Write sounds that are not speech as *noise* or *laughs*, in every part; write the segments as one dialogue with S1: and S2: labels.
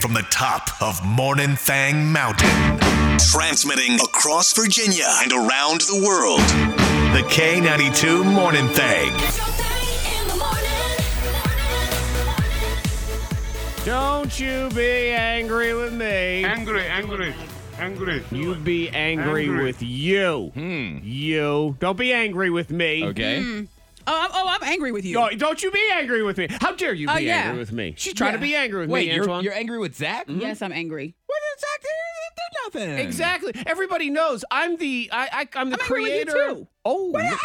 S1: from the top of Morning Thang Mountain, transmitting across Virginia and around the world. The K92 Morning Thang.
S2: Don't you be angry with me.
S3: Angry, angry, angry.
S2: You be angry,
S3: Angry.
S2: with you. You. Don't be angry with me.
S4: Hmm. Okay.
S5: Oh, I'm, oh, I'm angry with you.
S2: No, don't you be angry with me. How dare you be
S5: Oh, yeah.
S2: angry with me? She's trying to be
S5: Yeah.
S2: angry with
S4: Wait,
S2: me,
S4: you're,
S2: Antoine. Mm.
S4: you're angry with Zach?
S5: Yes, I'm angry.
S4: What did Zach do? He did nothing.
S2: exactly. Everybody knows I'm the I, I I'm the
S5: I'm angry with you,
S2: creator.
S5: too.
S2: Oh.
S4: What did, I did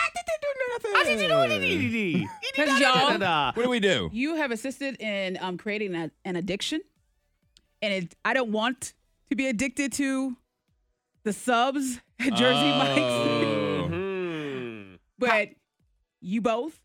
S4: do nothing.
S2: I did you know what it *laughs* is?
S5: Because y'all,
S2: Da-da-da.
S4: What do we do?
S5: you have assisted in um, creating a, an addiction, and it, I don't want to be addicted to the subs at Jersey Mike's.
S4: Oh.
S5: But you both,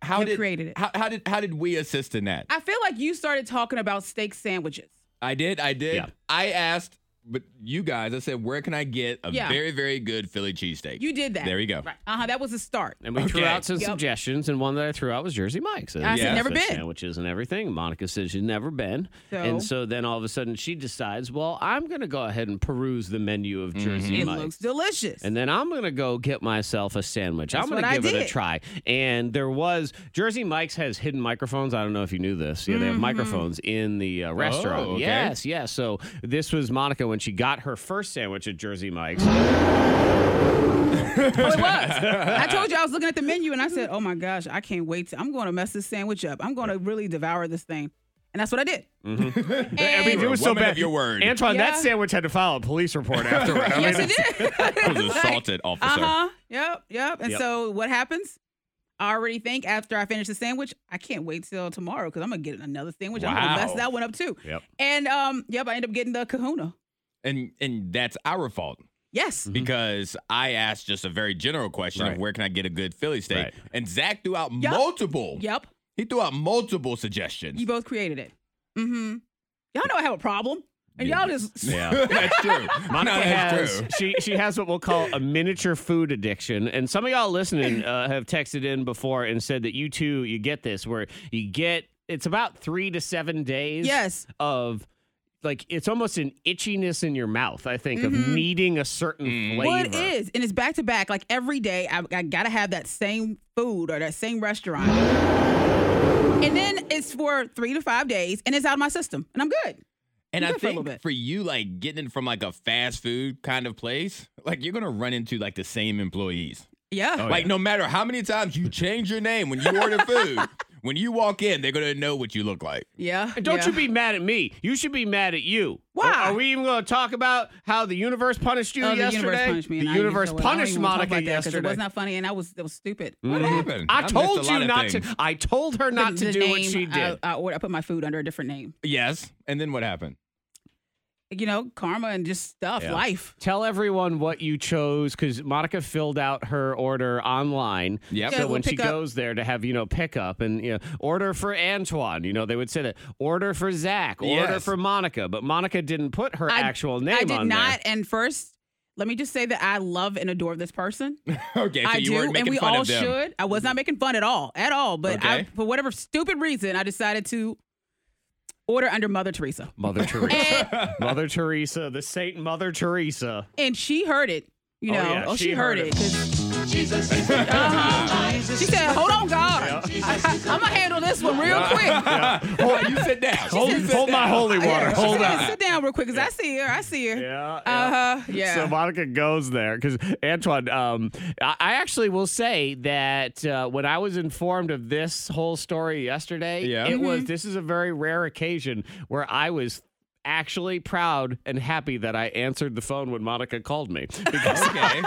S4: How
S5: You
S4: did
S5: created it.
S4: How, how did how did we assist in that?
S5: I feel like you started talking about steak sandwiches.
S4: I did. I did.
S2: Yeah.
S4: I asked, but you guys, I said, where can I get a
S5: Yeah.
S4: very very good Philly cheesesteak?
S5: You did that.
S4: There you go.
S5: Right. Uh huh. That was the start.
S2: And we threw
S4: Okay.
S2: out some
S5: Yep.
S2: suggestions, and one that I threw out was Jersey Mike's. And
S5: I
S4: said,
S5: never
S2: said
S5: been.
S2: Sandwiches and everything. Monica said she'd never been.
S5: So?
S2: And so then all of a sudden she decides, well, I'm going to go ahead and peruse the menu
S4: Mm-hmm.
S2: of Jersey
S5: It
S2: Mike's.
S5: looks delicious.
S2: and then I'm going to go get myself a sandwich.
S5: That's
S2: I'm going
S5: what
S2: to
S5: I
S2: give it a
S5: did.
S2: try. And there was Jersey Mike's has hidden microphones. I don't know if you knew this. Yeah, they
S5: Mm-hmm.
S2: have microphones in the uh, restaurant.
S4: Oh, okay.
S2: Yes, yes. So this was Monica when she got her first sandwich at Jersey Mike's.
S5: Oh, it was. I told you I was looking at the menu and I said, "Oh my gosh, I can't wait! To, I'm going to mess this sandwich up. I'm going to really devour this thing." And that's what I did.
S2: Mm-hmm. *laughs*
S5: *laughs* And-
S2: I mean, it was so
S4: woman
S2: bad.
S4: of your word.
S2: Antoine, that
S5: Yeah.
S2: sandwich had to file a police report afterward. I
S5: yes,
S2: mean,
S5: it
S2: *laughs*
S5: did.
S4: I was
S5: *laughs*
S4: assaulted,
S5: Uh
S4: officer.
S5: huh. Yep. Yep. And
S2: Yep.
S5: so what happens? I already think after I finish the sandwich, I can't wait till tomorrow because I'm gonna get another sandwich. I'm
S4: Wow.
S5: gonna mess that one up too.
S2: Yep.
S5: And um, yep, I end up getting the Kahuna.
S4: And and that's our fault.
S5: Yes.
S4: because I asked just a very general question
S2: Mm-hmm. Right.
S4: of where can I get a good Philly steak,
S2: Right.
S4: and Zach threw out
S5: Yup.
S4: multiple.
S2: Mm.
S5: Yep.
S4: He threw out multiple suggestions.
S2: *laughs*
S5: You both created it. Mm-hmm. Y'all know I have a problem, and
S4: Yeah.
S5: y'all just
S2: Yeah.
S4: *laughs* that's true. no,
S2: Monica
S4: that's
S2: has
S4: true.
S2: she she has what we'll call a miniature food addiction, and some of y'all
S5: *clears throat*
S2: listening uh, have texted in before and said that you too you get this where you get it's about three to seven days
S5: *laughs* yes.
S2: of like it's almost an itchiness in your mouth I think of
S5: Mm-hmm.
S2: needing a certain
S4: Mm.
S2: flavor.
S5: Well, it is, and it's back to back. Like every day, I, I gotta have that same food or that same restaurant, and then it's for three to five days, and it's out of my system, and I'm good.
S4: And I
S5: good for a little
S4: think
S5: bit.
S4: for you, like getting it from like a fast food kind of place, like you're gonna run into like the same employees.
S5: Yeah,
S2: Oh,
S4: like no matter how many times you change your name when you order
S5: *laughs*
S4: food, when you walk in, they're gonna know what you look like.
S5: yeah.
S2: And don't
S5: yeah.
S2: you be mad at me. You should be mad at you.
S5: Why?
S2: Are, are we even going to talk about how the universe punished you
S5: Oh, the
S2: yesterday?
S5: universe punished
S2: The
S5: me. and I didn't
S2: universe
S5: feel it. I don't
S2: punished
S5: even wanna talk
S2: Monica
S5: about that 'cause
S2: yesterday.
S5: It was not funny, and I was that was stupid.
S4: What happened?
S2: I
S4: missed
S2: told
S4: a lot
S2: you
S4: of
S2: not
S4: things.
S2: to. I told her not to
S5: The
S2: do what
S5: name,
S2: she did.
S5: I, I, ordered- I put my food under a different name.
S4: Yes. And then what happened?
S5: You know, karma and just stuff,
S2: Yeah.
S5: life.
S2: Tell everyone what you chose because Monica filled out her order online.
S4: Yep.
S2: So
S5: Yeah,
S2: when
S5: we'll
S2: she
S5: pick up-
S2: goes there to have, you know, pickup and, you know, order for Antoine, you know, they would say that order for Zach, order
S4: Yes.
S2: for Monica. But Monica didn't put her
S5: I-
S2: actual name
S5: I did
S2: on
S5: not.
S2: there.
S5: And first, let me just say that I love and adore this person.
S4: *laughs* Okay, so
S5: I
S4: you
S5: do,
S4: weren't making
S5: and we
S4: fun
S5: all
S4: of them. *laughs*
S5: should. I was not making fun at all, at all. But I,
S4: Okay.
S5: for whatever stupid reason, I decided to order under Mother Teresa,
S2: Mother Teresa.
S5: and,
S2: Mother Teresa, the Saint Mother Teresa.
S5: and she heard it. You
S2: Oh,
S5: know,
S2: yeah,
S5: oh, she,
S2: she heard
S5: heard
S2: it.
S5: it. 'cause- Uh-huh. She said, "Hold on, God, I, am gonna handle this one real quick."
S4: Hold on, you sit down.
S2: Hold,
S4: You sit
S2: hold my
S4: down.
S2: holy water.
S5: Yeah, *laughs* she
S2: Hold
S5: said,
S2: on.
S5: Sit down real quick, cause I see her. I see her.
S2: Yeah.
S5: Uh huh. Yeah.
S2: So Monica goes there because Antoine. Um, I, I actually will say that uh, when I was informed of this whole story yesterday,
S4: Yeah.
S2: it
S5: Mm-hmm.
S2: was this is a very rare occasion where I was actually proud and happy that I answered the phone when Monica called
S5: *laughs*
S2: me
S4: Okay.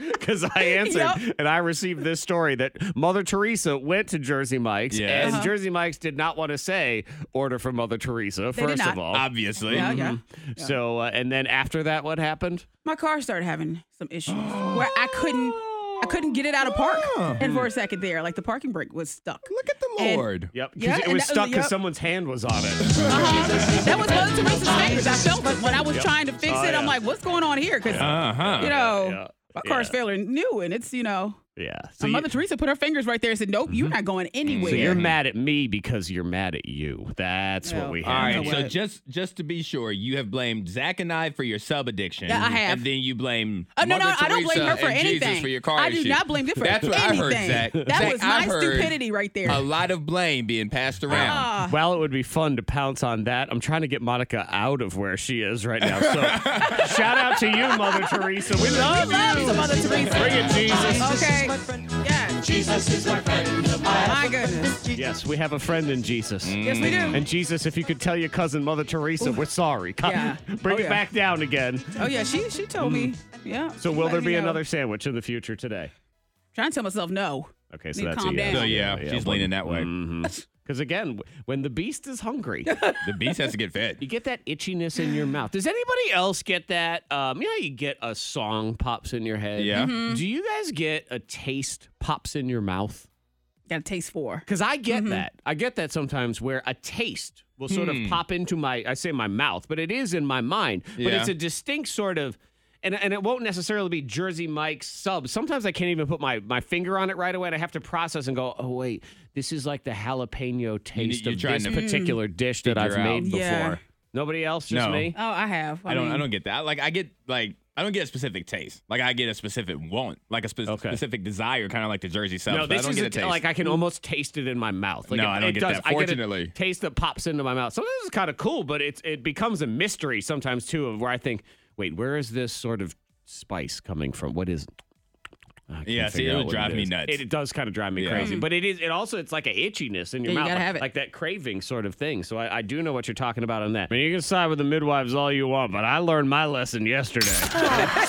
S4: *laughs*
S2: because I answered
S5: Yep.
S2: and I received this story that Mother Teresa went to Jersey Mike's
S4: Yes.
S2: and
S4: Uh-huh.
S2: Jersey Mike's did not want to say order for Mother Teresa
S5: did
S2: first of
S5: not.
S2: all.
S4: Obviously.
S5: yeah, yeah.
S2: So uh, and then after that, what happened?
S5: my car started having some issues where I couldn't I couldn't get it out of park. And for a second there, like the parking brake was stuck.
S4: Look at the
S5: And-
S4: Lord.
S2: uh, Yep, 'cause
S5: Yeah,
S2: it
S5: and
S2: was
S5: that-
S2: stuck because
S5: yep.
S2: someone's hand was on it. *laughs*
S5: Uh-huh. That was Mother Teresa's fingers. I felt it when I was trying to fix
S2: Oh,
S5: it.
S2: yeah.
S5: I'm like, what's going on here? Because
S4: Uh huh.
S5: you know
S2: yeah,
S5: my car's
S2: yeah.
S5: fairly new, and it's you know
S2: Yeah.
S5: So
S2: So, you,
S5: Mother Teresa put her fingers right there and said, "Nope, you're
S4: Mm-hmm.
S5: not going anywhere."
S2: so you're mad at me because you're mad at you. That's
S5: Well,
S2: what we
S4: All
S2: have.
S4: right,
S5: know
S4: so
S5: what?
S4: just just to be sure, you have blamed Zach and I for your sub addiction.
S5: Yeah, I have.
S4: And then you blame
S5: Oh, no, no,
S4: Mother
S5: I don't blame
S4: Teresa
S5: her for
S4: and
S5: anything.
S4: Jesus for your car
S5: I do
S4: issue.
S5: not blame her for
S4: That's what I heard,
S5: anything.
S4: Zach.
S5: That
S4: Zach,
S5: was
S4: I
S5: my
S4: heard
S5: stupidity right there.
S4: A lot of blame being passed around.
S5: Ah.
S2: Well, it would be fun to pounce on that. I'm trying to get Monica out of where she is right now. So *laughs* shout out to you, Mother Teresa. We love
S5: We love
S2: you.
S5: some Mother Teresa.
S2: Bring it, Jesus.
S5: Okay. Yeah. Jesus is my friend. My goodness.
S2: *laughs* Yes, we have a friend in Jesus.
S5: Yes, we do.
S4: Mm.
S2: And Jesus, if you could tell your cousin Mother Teresa, we're sorry. Come,
S5: Yeah.
S2: *laughs* Bring
S5: Oh,
S2: it
S5: yeah.
S2: back down again.
S5: oh yeah, she she told
S4: Mm.
S5: me. Yeah.
S2: So
S5: she
S2: will
S5: let
S2: there
S5: me
S2: be
S5: know.
S2: another sandwich in the future today?
S5: Trying to tell myself no.
S2: Okay, so
S5: Need to
S2: that's
S5: calm
S2: a yes.
S5: down.
S4: So yeah, she's leaning that way.
S2: Mm. Because again, w- when the beast is hungry,
S4: The beast has to get fed.
S5: *laughs*
S2: you get that itchiness in your mouth. Does anybody else get that? Um, you know, how you get a song pops in your head.
S4: Yeah.
S2: Do you guys get a taste pops in your mouth?
S5: Got a taste for.
S2: Because I
S4: Mm-hmm.
S2: get that. I get that sometimes where a taste will sort
S4: Hmm.
S2: of pop into my, I say my mouth, but it is in my mind. But
S4: Yeah.
S2: it's a distinct sort of, and, and it won't necessarily be Jersey Mike's sub. Sometimes I can't even put my, my finger on it right away and I have to process and go, oh, wait, this is like the jalapeno taste
S4: you're
S2: of
S4: trying
S2: this
S4: to
S2: particular dish that I've
S4: figure out.
S2: made before.
S5: Yeah.
S2: Nobody else, just
S4: No.
S2: me?
S5: Oh, I have.
S4: I don't
S5: mean,
S4: I don't get that. Like I get like I don't get a specific taste. Like I get a specific want, like a spe-
S2: Okay.
S4: specific desire, kind of like the Jersey sub.
S2: No,
S4: but I
S2: this
S4: don't
S2: is
S4: get
S2: a
S4: a
S2: t-
S4: taste.
S2: like I can almost taste it in my mouth. Like
S4: No,
S2: it,
S4: I don't
S2: it
S4: get
S2: does.
S4: that,
S2: I get a
S4: fortunately.
S2: taste that pops into my mouth. So this is kind of cool, but it's it becomes a mystery sometimes too. Of where I think, wait, where is this sort of spice coming from? What is? I can't
S4: Yeah, see,
S2: figure
S4: it
S2: out
S4: would
S2: what
S4: drive me
S2: is.
S4: nuts.
S2: It, it does kind of drive me
S4: Yeah.
S2: crazy, but it is. It also it's like an itchiness in your
S5: Mm. Yeah,
S2: mouth,
S5: you gotta
S2: like,
S5: have it.
S2: like that craving sort of thing. So I, I do know what you're talking about on that. I mean, you can side with the midwives all you want, but I learned my lesson yesterday.
S5: *laughs*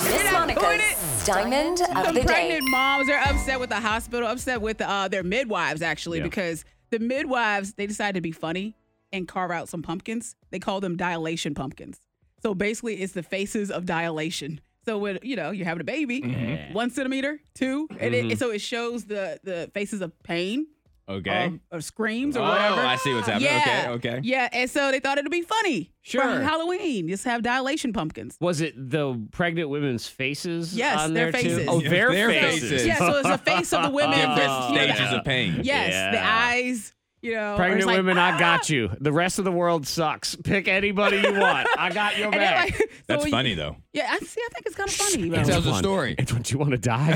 S6: Miss Monica's Diamond of
S5: Some
S6: the Day.
S5: pregnant moms are upset with the hospital, upset with uh, their midwives actually,
S2: Yeah.
S5: because the midwives they decided to be funny and carve out some pumpkins. They call them dilation pumpkins. So basically, it's the faces of dilation. So when you know you're having a baby,
S4: Mm-hmm.
S5: one centimeter, two, and it, so it shows the the faces of pain
S4: okay.
S5: um, or screams or
S4: oh,
S5: whatever.
S4: I see what's happening.
S5: Yeah.
S4: Okay, okay.
S5: Yeah, and so they thought it'd be funny for
S2: Sure.
S5: Halloween. Just have dilation pumpkins.
S2: Was it the pregnant women's faces?
S5: Yes,
S2: on
S5: their
S2: there too?
S5: faces.
S2: Oh,
S4: Yes,
S2: their,
S4: their
S2: faces.
S4: faces.
S5: Yeah, so it's the
S4: *laughs*
S5: face of the women.
S4: Different
S5: just, you know,
S4: stages of pain.
S5: Yes, the
S2: Yeah.
S5: eyes. You know, or
S2: Pregnant
S5: it's Oh, like,
S2: women, I
S5: "Ah!"
S2: got you. The rest of the world sucks. Pick anybody you want. I got
S5: *laughs*
S2: your
S5: And then,
S2: back.
S5: like, so
S4: That's
S5: when you-
S4: funny though.
S5: Yeah, I see. I
S4: *laughs*
S5: think it's kind of funny.
S4: It
S5: Though.
S4: tells a story.
S2: And don't you want to die?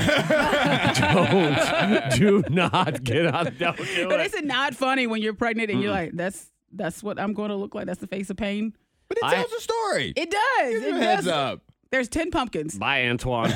S2: *laughs* don't. Do not get out. Don't do
S5: but
S2: it.
S5: it's not funny when you're pregnant and you're like, "That's that's what I'm going to look like. That's the face of pain."
S4: But it
S2: I-
S4: tells a story.
S5: It does.
S4: Give
S5: it
S4: him a
S5: does.
S4: heads up.
S5: There's ten
S4: *laughs*
S5: pumpkins.
S2: Bye,
S5: *laughs*
S2: Antoine.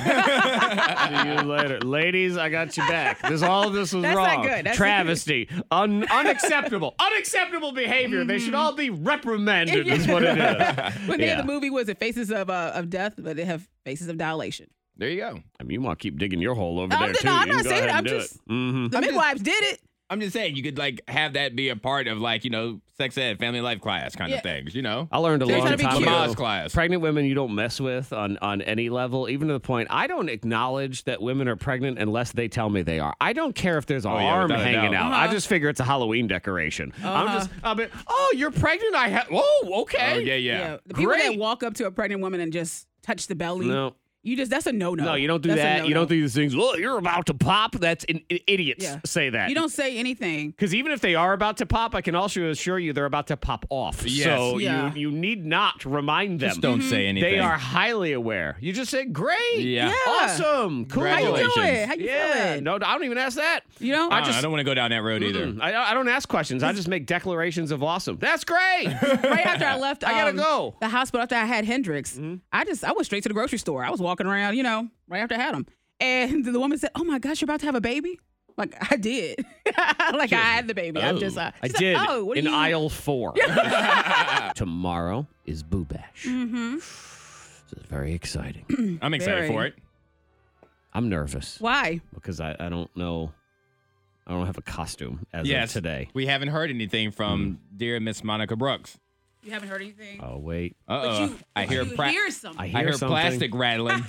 S2: See you later, ladies. I got your back. This all of this was
S5: That's not
S2: wrong.
S5: good. That's-
S2: Travesty, Un- unacceptable, unacceptable behavior. They should all be reprimanded.
S5: *laughs*
S2: Is what it is.
S5: When they
S2: Yeah.
S5: had the movie was it Faces of uh, of Death, but they have Faces of Dilation.
S4: There you go.
S2: I mean, you want to keep digging your hole over
S5: I'm
S2: there
S5: not-
S2: too.
S5: Oh, no, I'm
S2: you can
S5: not
S2: go ahead
S5: saying it.
S2: and
S5: I'm
S2: do
S5: just-
S2: it. Mhm.
S5: The midwives did it.
S4: I'm just saying you could like have that be a part of like you know sex ed family life class kind
S5: Yeah.
S4: of things. You know.
S2: I learned a
S5: They're
S2: long
S5: trying to be
S2: time
S5: cute.
S2: ago.
S4: Mama's class.
S2: Pregnant women you don't mess with on, on any level, even to the point I don't acknowledge that women are pregnant unless they tell me they are. I don't care if there's an
S4: Oh, yeah,
S2: arm
S4: without a
S2: hanging
S4: doubt. Uh-huh.
S2: out. I
S5: Uh-huh.
S2: just figure it's a Halloween decoration. I'm just, I'm like, oh, you're pregnant. I have. Whoa, okay.
S4: Oh yeah, yeah.
S5: The people that
S2: Great.
S5: walk up to a pregnant woman and just touch the belly.
S2: No.
S5: You just that's a no no.
S2: No, you don't do that. You don't do these things. Well, you're about to pop. That's in, i- idiots
S5: Yeah.
S2: say that.
S5: You don't say anything.
S2: Because even if they are about to pop, I can also assure you they're about to pop off.
S4: Yes.
S2: So
S5: Yeah.
S2: you, you need not remind them.
S4: Just don't
S5: Mm-hmm.
S4: say anything.
S2: They are highly aware. You just say, great.
S4: Yeah.
S5: Yeah.
S2: Awesome. Cool.
S5: How you
S4: Congratulations.
S5: doing? How you
S2: yeah.
S5: feeling?
S2: No, I don't even ask that.
S5: You know?
S4: I,
S2: I just-
S4: don't want to go down that road either.
S2: Mm-mm. I, I don't ask questions. I just make declarations of awesome. That's
S4: *laughs*
S2: great.
S5: right after I left, um,
S2: I gotta go.
S5: The hospital after I had Hendrix,
S4: Mm-hmm.
S5: I just I went straight to the grocery store. I was walking around, you know, right after I had him, and *laughs* the woman said, "Oh my gosh, you're about to have a baby." Like I did, *laughs* like I had the baby. I'm just, uh,
S2: I
S5: she's like,
S2: did
S5: oh, what do
S2: in
S5: you?
S2: aisle
S5: *laughs*
S2: four. *laughs* Tomorrow is Boo Bash.
S5: Mhm.
S2: This is very
S5: *clears throat*
S2: exciting.
S4: I'm excited
S5: Very.
S4: for it.
S2: I'm nervous
S5: Why?
S2: because I, I don't know. I don't have a costume as
S4: Yes.
S2: of today.
S4: We haven't heard anything from dear Miss Monica Brooks.
S5: You haven't heard anything.
S2: Oh wait,
S4: Uh
S5: but
S4: oh.
S5: you,
S4: I
S5: but
S4: hear
S5: you
S4: pra-
S5: hear something.
S2: I
S5: I,
S2: hear,
S4: I hear
S2: something.
S4: plastic
S5: *laughs*
S4: rattling.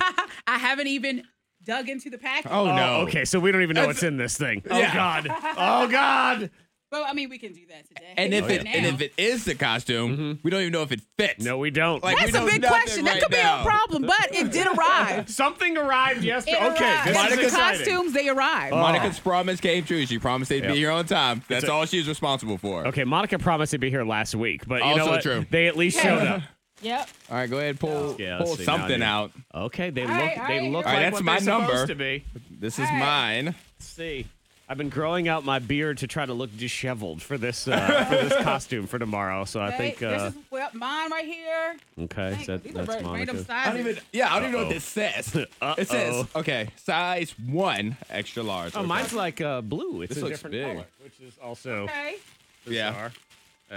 S5: haven't even dug into the package.
S4: Oh,
S2: Oh,
S4: no.
S2: *laughs* okay. So we don't even know what's in this thing. Oh God. Oh God.
S5: Well, I mean, we can do that today.
S4: And if
S5: Right
S4: it
S5: now.
S4: and if it is the costume, we don't even know if it fits.
S2: No, we don't.
S4: Like-
S5: that's
S4: we
S5: a
S4: know
S5: big
S4: nothing
S5: question.
S4: right
S5: that could be
S4: now.
S5: a problem, but
S4: *laughs*
S5: it did arrive.
S2: Something arrived
S5: *laughs*
S2: yesterday.
S5: It
S2: Okay,
S5: arrived.
S2: this
S5: Like
S2: is
S5: the
S2: exciting. Uh,
S5: costumes, they arrived.
S4: Monica's promise came true. She promised they'd
S2: Yep.
S4: be here on time. That's
S2: a-
S4: all she's responsible for.
S2: Okay, Monica promised to be here last week, but you know
S4: Also
S2: what?
S4: true.
S2: They at least showed
S5: *laughs*
S2: up.
S5: Yep.
S4: All right, go ahead pull
S2: Yeah, let's
S4: pull
S2: see now,
S4: something
S2: dude.
S4: out.
S2: Okay, they look.
S5: right, all
S2: they
S5: right,
S2: look
S5: all
S4: right,
S2: like
S4: that's
S2: what
S4: my
S2: they're
S4: number.
S2: supposed to be.
S4: This is
S5: All right.
S4: mine.
S2: Let's see. I've been growing out my beard to try to look disheveled for this uh, for
S5: *laughs*
S2: this costume for tomorrow. So I think.
S5: Hey,
S2: Uh,
S5: this is well, mine right here.
S2: okay,
S5: Dang,
S2: so that,
S5: these are
S2: that's
S5: ra- random
S2: Monica.
S5: sizes.
S4: I don't even. Yeah, I don't even know what this
S2: *laughs*
S4: says.
S2: Uh-oh.
S4: It says okay, size one, extra large.
S2: Oh,
S4: Okay.
S2: mine's like uh, blue. It's
S4: This
S2: a
S4: looks
S2: different
S4: big.
S2: color, which is also
S5: Okay.
S4: Yeah.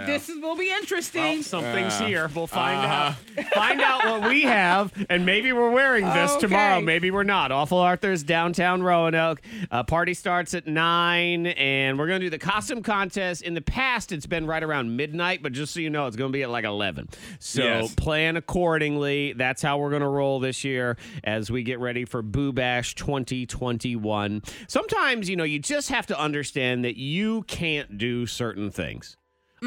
S5: This is, will be interesting.
S2: Well, something's
S4: Uh,
S2: here. We'll find out. Find out what we have, and maybe we're wearing this
S5: Okay.
S2: tomorrow. Maybe we're not. Awful Arthur's downtown Roanoke. Uh, party starts at nine, and we're gonna do the costume contest. In the past, it's been right around midnight, but just so you know, it's gonna be at like eleven. So
S4: Yes.
S2: plan accordingly. That's how we're gonna roll this year as we get ready for Boo Bash 2021. Sometimes, you know, you just have to understand that you can't do certain things.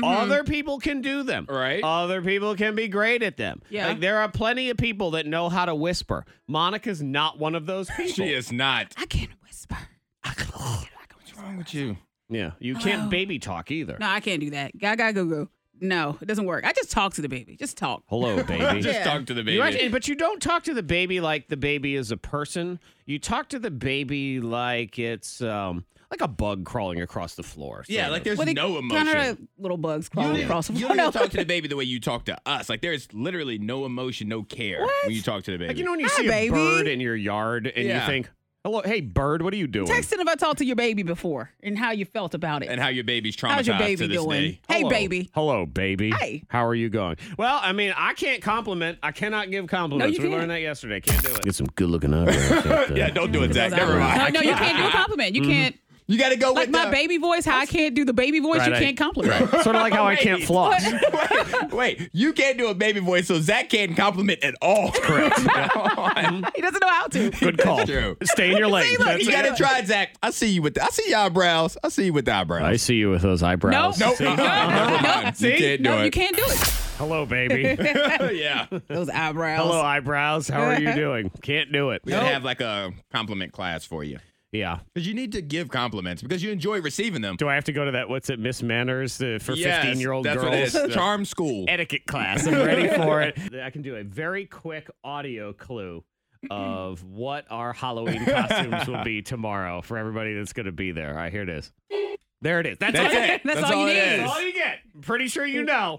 S2: Other people can do them.
S4: Mm-hmm. Right.
S2: Other people can be great at them.
S5: Yeah.
S2: Like there are plenty of people that know how to whisper. Monica's not one of
S4: *laughs*
S2: those people.
S4: She is not.
S5: I can whisper.
S4: What's wrong with you?
S2: *laughs* Yeah. You can't
S5: Hello.
S2: baby talk either.
S5: No, I can't do that. Gaga goo goo. No, it doesn't work. I just talk to the baby. Just talk. *laughs*
S2: Hello, baby.
S4: Just
S5: Yeah.
S4: talk to the baby.
S2: You actually- but you don't talk to the baby like the baby is a person. You talk to the baby like it's um like a bug crawling across the floor.
S4: yeah,
S2: sort
S4: like
S2: of.
S4: there's no emotion.
S5: Kind of like little bugs
S4: You
S5: crawling
S4: don't-
S5: across the
S4: you
S5: floor.
S4: don't
S5: No.
S4: even talk to the baby the way you talk to us. Like there's literally no emotion, no care when you talk to the baby.
S2: like you know when you
S5: Hi,
S2: see
S5: baby.
S2: a bird in your yard and you
S4: Yeah.
S2: think, "Hello, hey bird, what are you doing?"
S5: *laughs* Texting if I talked to your baby before and how you felt about it.
S4: and how your baby's traumatized
S5: How's your
S4: to
S5: baby
S4: this
S5: doing?
S4: day.
S5: Hey,
S2: Hello.
S5: baby.
S2: Hello, baby.
S5: Hey.
S2: How are you going? Well, I mean, I can't compliment. I cannot give compliments.
S5: No,
S2: we
S5: you can't.
S2: learned that yesterday. Can't do it. Get some good looking *laughs* eyebrows.
S4: Yeah, don't do
S2: *laughs*
S4: it, Zach. Never
S5: No,
S4: mind.
S5: Uh, no, you can't do a compliment.
S2: Mm-hmm.
S5: You can't.
S4: *laughs* You got to go
S5: Like
S4: with
S5: my
S4: the-
S5: baby voice, how I can't do the baby voice, you
S2: Right, I-
S5: can't compliment. *laughs*
S2: Sort of like how I can't
S4: Wait.
S2: floss.
S4: wait, wait, you can't do a baby voice, so Zach can't compliment at all.
S5: *laughs*
S4: Correct. *laughs*
S5: He doesn't know how to.
S2: Good call.
S4: true.
S2: Stay in your lane.
S5: look,
S2: That's
S4: you
S2: it.
S4: got to try, Zach. I see you with. The, I see your eyebrows. I see you with the
S2: I
S4: eyebrows.
S2: see you with those eyebrows.
S5: Nope.
S4: Nope. Never mind.
S5: See?
S4: You can't do
S5: no,
S4: it.
S5: you can't do it.
S2: Hello,
S5: *laughs*
S2: baby.
S4: *laughs* yeah. We
S5: Those eyebrows.
S2: Hello, eyebrows. How are you doing? Can't do
S5: *laughs*
S2: it.
S4: gotta have like a compliment class for you
S2: Yeah.
S4: because you need to give compliments because you enjoy receiving them.
S2: Do I have to go to that? What's it? Miss Manners uh, for
S4: Yes,
S2: fifteen-year-old
S4: that's
S2: girls.
S4: What it
S5: *laughs*
S4: is. Charm school.
S2: etiquette class.
S4: *laughs*
S2: I'm ready for it. I can do a very quick audio clue of what our Halloween costumes will be tomorrow for everybody that's going to be there. All right, here it is. There it is. That's,
S4: That's
S2: all-
S4: it.
S5: That's all
S4: it
S5: you need.
S4: is. Mm-hmm.
S2: That's all you get. I'm pretty sure you know.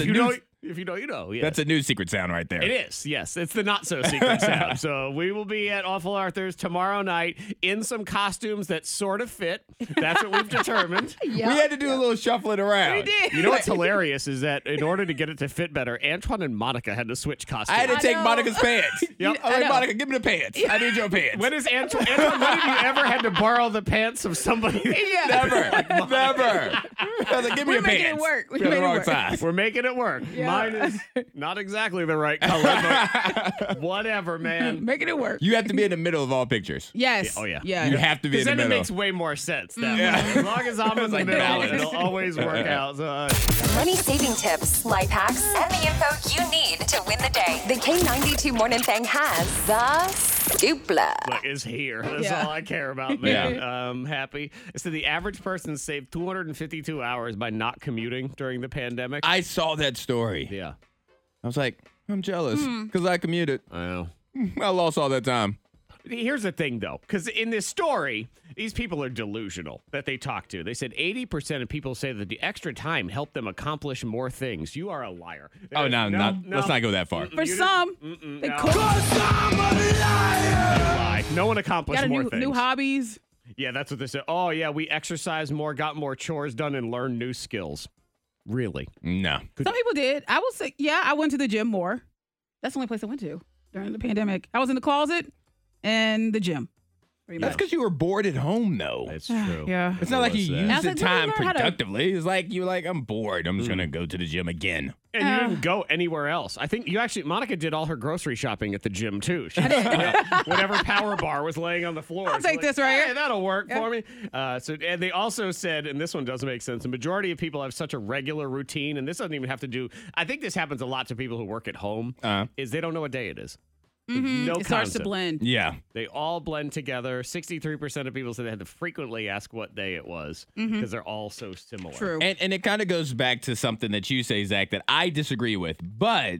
S2: If
S4: a
S2: you
S4: new-
S2: know, if you know, you know. Yeah.
S4: That's a new secret sound right there.
S2: It is, yes. It's the not so
S4: *laughs*
S2: secret sound. So we will be at Awful Arthur's tomorrow night in some costumes that sort of fit. That's what we've
S4: *laughs*
S2: determined.
S4: We had to do a little shuffling around.
S5: We did.
S2: You know what's hilarious is that in order to get it to fit better, Antoine and Monica had to switch costumes.
S4: I had to
S5: I
S4: take
S5: know.
S4: Monica's
S5: *laughs*
S4: pants.
S2: Yep.
S4: I was
S5: I
S4: like,
S5: know.
S4: Monica, give me the pants. I need
S5: *laughs*
S4: your pants.
S2: When is Antoine? Antoine when have you ever had to borrow the pants of
S4: *laughs*
S2: somebody?
S5: *laughs* Yeah. *laughs*
S4: Never. Never. I was like, give me
S5: We
S4: your
S5: made it
S4: pants.
S5: work. We
S4: You're the
S5: made it
S4: wrong
S5: work.
S4: size.
S2: We're making it work.
S5: Yeah.
S2: Mine is not exactly the right color,
S4: *laughs*
S2: but whatever, man.
S5: Making it work.
S4: You have to be in the middle of all pictures.
S5: Yes.
S2: Yeah, oh, *laughs* yeah.
S5: Yeah.
S4: You have to be
S2: Because
S4: in the
S2: then it
S4: middle. Mm.
S2: makes way more sense. That way. As long
S4: *laughs*
S2: as I'm in the
S4: like
S2: middle,
S4: balance.
S2: it'll always work out. So, uh,
S6: Money saving tips, life hacks, and the info you need to win the day. The K92 Morning Thing has the scoopla.
S2: look, is here. That's
S5: Yeah.
S2: all I care about, man. Um, happy. So the average person saved 252 hours by not commuting during the pandemic.
S4: I saw that story.
S2: yeah.
S4: I was like, I'm jealous
S2: Hmm.
S4: because I commuted.
S2: I know.
S4: I lost all that time.
S2: Here's the thing, though, because in this story, these people are delusional that they talk to. They said 80% of people say that the extra time helped them accomplish more things. You are a liar.
S4: Oh,
S2: There's-
S4: no, no, let's not go that far.
S5: For some, they
S2: no.
S5: cook,
S2: Lie. No one accomplished
S5: got a
S2: more
S5: new,
S2: things.
S5: new hobbies.
S2: yeah, that's what they said. Oh, yeah, we exercised more, got more chores done, and learned new skills. Really?
S4: No.
S5: Some people did. I will say, yeah, I went to the gym more. That's the only place I went to during the pandemic. I was in the closet and the gym. Pretty
S4: That's
S5: much.
S4: because you were bored at home, though.
S5: *sighs*
S2: That's true.
S5: Yeah.
S4: It's not like you
S2: was that.
S4: used the
S5: That's like, let
S4: time
S5: me learn how to-
S4: productively. It's like you're like, I'm bored. I'm just gonna go to the gym again.
S2: And you didn't go anywhere else. I think you actually, Monica did all her grocery shopping at the gym too. She whatever power bar was laying on the floor.
S5: I'll
S2: It's
S5: take this right
S2: "Hey,
S5: here."
S2: that'll work for me. Uh, so, and they also said, and this one doesn't make sense. The majority of people have such a regular routine, and this doesn't even have to do. I think this happens a lot to people who work at home.
S4: Uh-huh.
S2: Is they don't know what day it is.
S5: Mhm.
S2: No
S5: it starts to
S2: concept.
S5: blend.
S4: Yeah.
S2: They all blend together. Sixty-three percent of people said they had to frequently ask what day it was because they're all so similar.
S5: Mm-hmm. True.
S4: And and it kind of goes back to something that you say, Zach, that I disagree with. But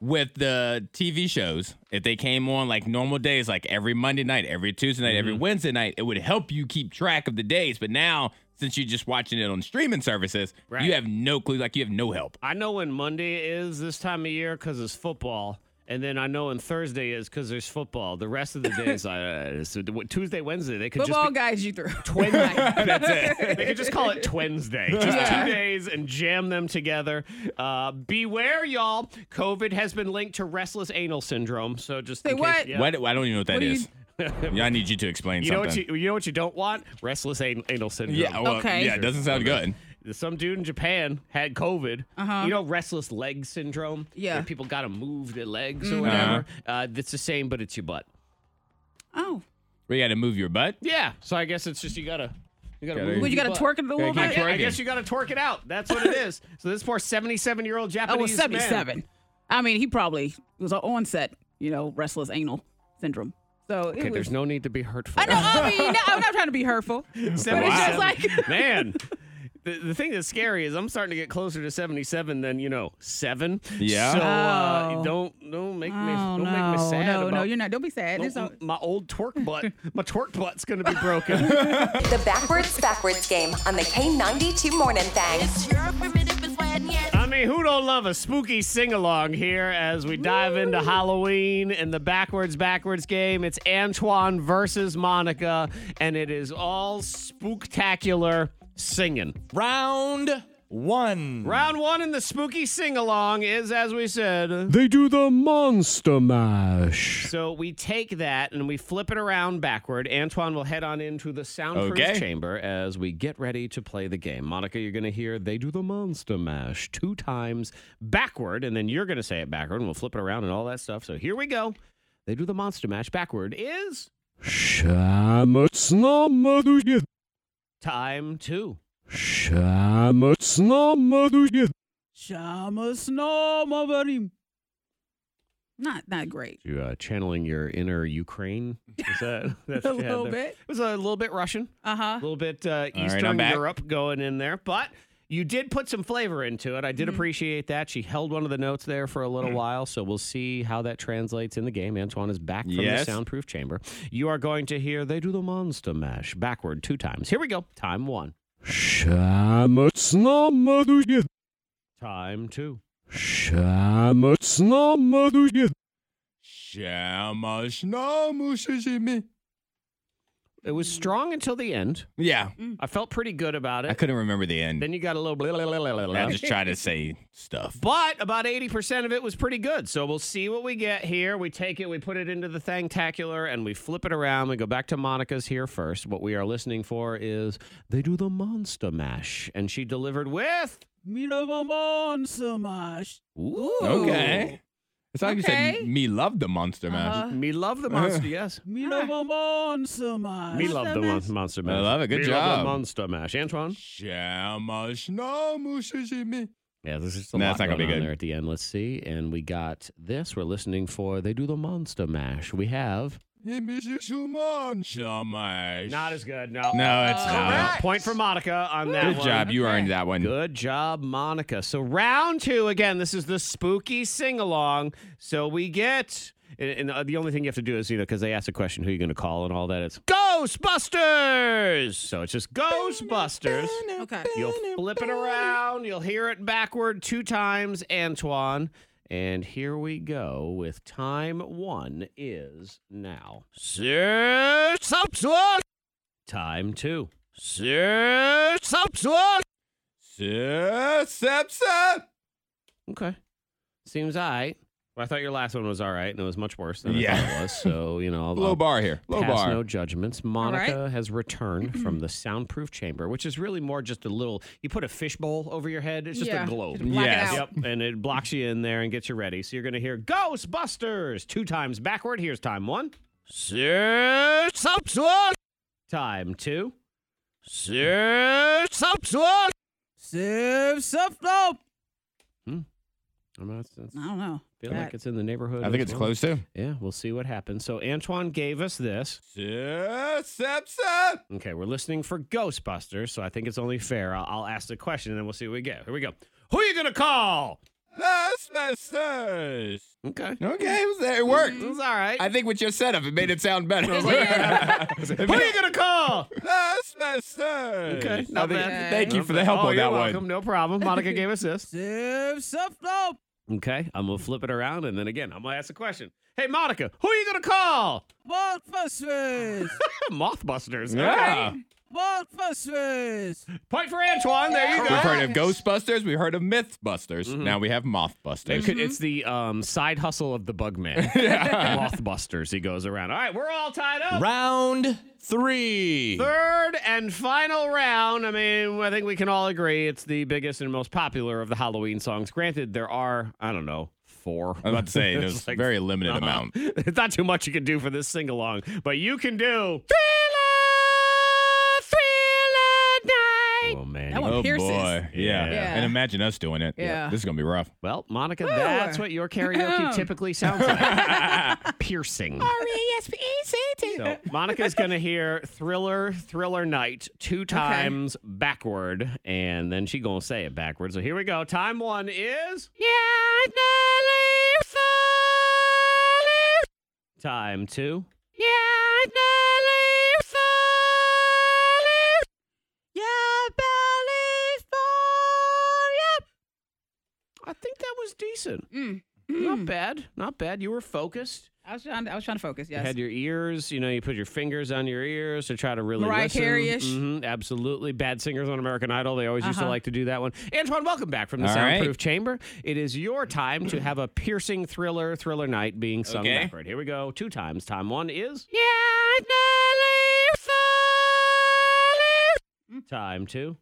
S4: with the TV shows, if they came on like normal days, like every Monday night, every Tuesday night, every Wednesday night, it would help you keep track of the days. But now, since you're just watching it on streaming services,
S2: Right.
S4: you have no clue. Like you have no help.
S2: I know when Monday is this time of year because it's football. And then I know when Thursday is because there's football. The rest of the days, uh, so th- Tuesday, Wednesday, they could
S5: Football
S2: just
S5: guys you through.
S2: be twin. they could just call it Wednesday. Just two days and jam them together. Uh, beware, y'all. COVID has been linked to restless anal syndrome. So just
S5: Say
S2: in case-
S5: what?
S2: yeah.
S4: Why do- I don't even know what that
S5: What do you-
S4: is. yeah, I need you to explain
S2: You know
S4: something.
S2: what you, you know what you don't want? Restless an- anal syndrome.
S4: yeah, well,
S5: Okay.
S4: yeah, it doesn't sound good.
S2: some dude in Japan had COVID. You know, restless leg syndrome.
S5: Uh-huh. Yeah. Mm-hmm.
S2: where people got to move their legs or whatever. Uh, it's the same, but it's your butt.
S5: *laughs* Oh.
S4: We got to move your butt.
S2: Yeah. So I guess it's just you gotta you gotta
S4: Gotta-
S2: move.
S5: Well, you
S2: your
S5: got to
S2: butt.
S5: twerk it a little
S4: Yeah,
S5: bit.
S4: twerk
S2: I
S4: it.
S2: guess you gotta twerk it out. That's what it is. so this poor seventy-seven-year-old
S5: Oh,
S2: Japanese
S5: well,
S2: man.
S5: 77. I mean, he probably was an onset, you know, restless anal syndrome. So it
S2: Okay,
S5: was.
S2: there's no need to be hurtful. *laughs*
S5: I know. I mean, no, I'm not trying to be hurtful. But it's just like- *laughs*
S2: man. The, the thing that's scary is I'm starting to get closer to 77 than you know seven.
S4: Yeah.
S2: So uh,
S5: Oh.
S2: don't don't make me
S5: Oh,
S2: *laughs* don't
S5: no,
S2: make me sad.
S5: no,
S2: about
S5: no, you're not. Don't be sad.
S2: No,
S5: It's all-
S2: m- my old twerk butt, my twerk butt's gonna be broken. *laughs*
S6: The backwards, backwards game on the K92 Morning Thing.
S2: I mean, who don't love a spooky sing along here as we dive into Halloween and the backwards, backwards game? It's Antoine versus Monica, and it is all spooktacular singing.
S7: Round one.
S2: Round one in the spooky sing along is, as we said, they do the monster mash. So we take that and we flip it around backward. Antoine will head on into the soundproof
S4: Okay.
S2: chamber as we get ready to play the game. Monica, you're going to hear they do the monster mash two times backward, and then you're going to say it backward, and we'll flip it around and all that stuff. So here we go. They do the monster mash backward is time two.
S5: Shama snoma varim. Not not great.
S2: You uh, channeling your inner Ukraine? Is that *laughs* that's
S5: A
S2: what you had
S5: little
S2: there?
S5: bit.
S2: It was a little bit Russian.
S5: Uh huh.
S2: A little bit uh,
S4: All right,
S2: Eastern
S4: I'm back.
S2: Europe going in there, but you did put some flavor into it. I did appreciate that. She held one of the notes there for a little
S4: Hmm.
S2: while, so we'll see how that translates in the game. Antoine is back from
S4: Yes.
S2: the soundproof chamber. You are going to hear they do the monster mash backward two times. Here we go. Time one. Time two.
S4: Shamashnamashishimi.
S2: It was strong until the end.
S4: Yeah,
S2: I felt pretty good about
S4: I
S2: it.
S4: couldn't remember the end.
S2: Then you got a little. Blah, blah, blah, blah, blah,
S4: I
S2: blah.
S4: just try to say stuff.
S2: But about 80% of it was pretty good. So we'll see what we get here. We take it, we put it into the Thangtacular, and we flip it around. We go back to Monica's here first. What we are listening for is they do the Monster Mash. And she delivered with.
S5: Mirabamon samash.
S2: Ooh.
S4: Okay. It's like you
S5: Okay.
S4: said, me love the monster mash.
S2: Uh, Me love the monster, yes.
S5: Mirabamon Ah. samash.
S2: Me love the mon- monster mash.
S4: love it. Good
S2: Me
S4: job.
S2: the monster mash. Antoine?
S4: Shamashnamashishimi.
S2: Yeah, this is a
S4: No,
S2: lot
S4: it's not gonna
S2: going on
S4: be good.
S2: there at the end. Let's see. And we got this. We're listening for they do the monster mash. We have.
S4: Himishishumon shamash.
S2: Not as good, no.
S4: No, it's
S2: Uh,
S4: not.
S2: point for Monica on that
S4: Good
S2: one.
S4: job. You earned that one.
S2: Good job, Monica. So round two again. This is the spooky sing along. So we get. And and the only thing you have to do is, you know, because they ask a question, who you going to call and all that. It's Ghostbusters. So it's just Ghostbusters.
S5: Okay.
S2: You'll flip it around. You'll hear it backward two times, Antoine. And here we go with time one is now. Sir Subswan. Time two. Sir Subswan.
S4: Sep, sep, sep.
S2: Okay. Seems I. Well, I thought your last one was all right, and it was much worse than I
S4: Yeah.
S2: thought it was.
S4: *laughs*
S2: So you know, I'll,
S4: Low
S2: I'll
S4: bar here. Low
S2: pass
S4: bar.
S2: no judgments. Monica has returned from *clears throat* the soundproof chamber, which is really more just a little. You put a fishbowl over your head. It's just
S5: Yeah.
S2: a globe.
S5: Black
S4: Yes.
S5: it out.
S2: Yep, and it blocks you in there and gets you ready. So you're going to hear Ghostbusters two times backward. Here's time one. Six up one. Time two. Six up one.
S5: Sip, sip, slope.
S2: Hmm. I'm not. I
S5: I don't know.
S2: feel
S5: That-
S2: like it's in the neighborhood.
S4: I think
S2: as
S4: it's
S2: well.
S4: close too.
S2: Yeah, we'll see what happens. So Antoine gave us this.
S4: Sip, sip, sip.
S2: Okay, we're listening for Ghostbusters, so I think it's only fair. I'll, I'll ask the question and then we'll see what we get. Here we go. Who are you gonna call?
S4: Ghostbusters.
S2: Okay. Mm.
S4: Okay, it, was there. it worked.
S2: It's all right.
S4: I think with your setup, it made it sound
S2: *laughs*
S4: better. *laughs*
S2: Who are you gonna *laughs* call?
S4: Ghostbusters.
S2: Okay, not
S4: I think-
S2: bad.
S4: Thank you for the help
S2: oh,
S4: on
S2: you're
S4: that
S2: welcome.
S4: one.
S2: No problem. Monica gave us
S5: *laughs*
S2: this.
S5: Sip, sip, slope.
S2: Okay, I'm gonna flip it around and then again, I'm gonna ask the question. Hey, Monica, who are you gonna call?
S5: Ball for Swiss.
S2: *laughs* Mothbusters.
S4: Yeah.
S2: Okay.
S5: Ball for Swiss.
S2: Point for Antoine. There you
S4: We've
S2: go.
S4: heard of Ghostbusters. We've heard of Mythbusters. Now we have Mothbusters.
S2: It
S5: Mm-hmm.
S2: could- It's the um, side hustle of the bug man. *laughs* Mothbusters. He goes around. All right, we're all tied up.
S7: Round three.
S2: Third and final round. I mean, I think we can all agree it's the biggest and most popular of the Halloween songs. Granted, there are, I don't know, four.
S4: I was about to
S2: *laughs*
S4: say,
S2: It's
S4: there's a
S2: like- uh-huh.
S4: very limited amount.
S2: *laughs* It's not too much you can do for this sing along, but you can do. Thriller, thriller night. Oh, man.
S5: That one-
S4: Oh,
S5: Pierce's.
S4: boy. Yeah.
S5: Yeah.
S4: And imagine us doing it.
S5: Yeah.
S4: This is going to be rough.
S2: Well, Monica, that's what your karaoke typically sounds like. Piercing. So Monica's gonna hear Thriller, Thriller Night two times backward, and then she gonna say it backwards. So here we go. Time one is Time two. I think that was decent.
S5: Mm.
S2: Not bad. Not bad. You were focused.
S5: I was trying. I was trying to focus.
S2: You
S5: Yes.
S2: had your ears, you know, you put your fingers on your ears to try to really
S5: Mariah
S2: listen.
S5: Carey-ish.
S2: Mhm, absolutely. Bad singers on American Idol. They always used to
S5: Uh-huh.
S2: like to do that one. Antoine, welcome back from the
S4: All right.
S2: soundproof chamber. It is your time to have a piercing thriller, thriller night being sung
S4: Okay.
S2: backward. Here we go. Two times. Time one is. Time two.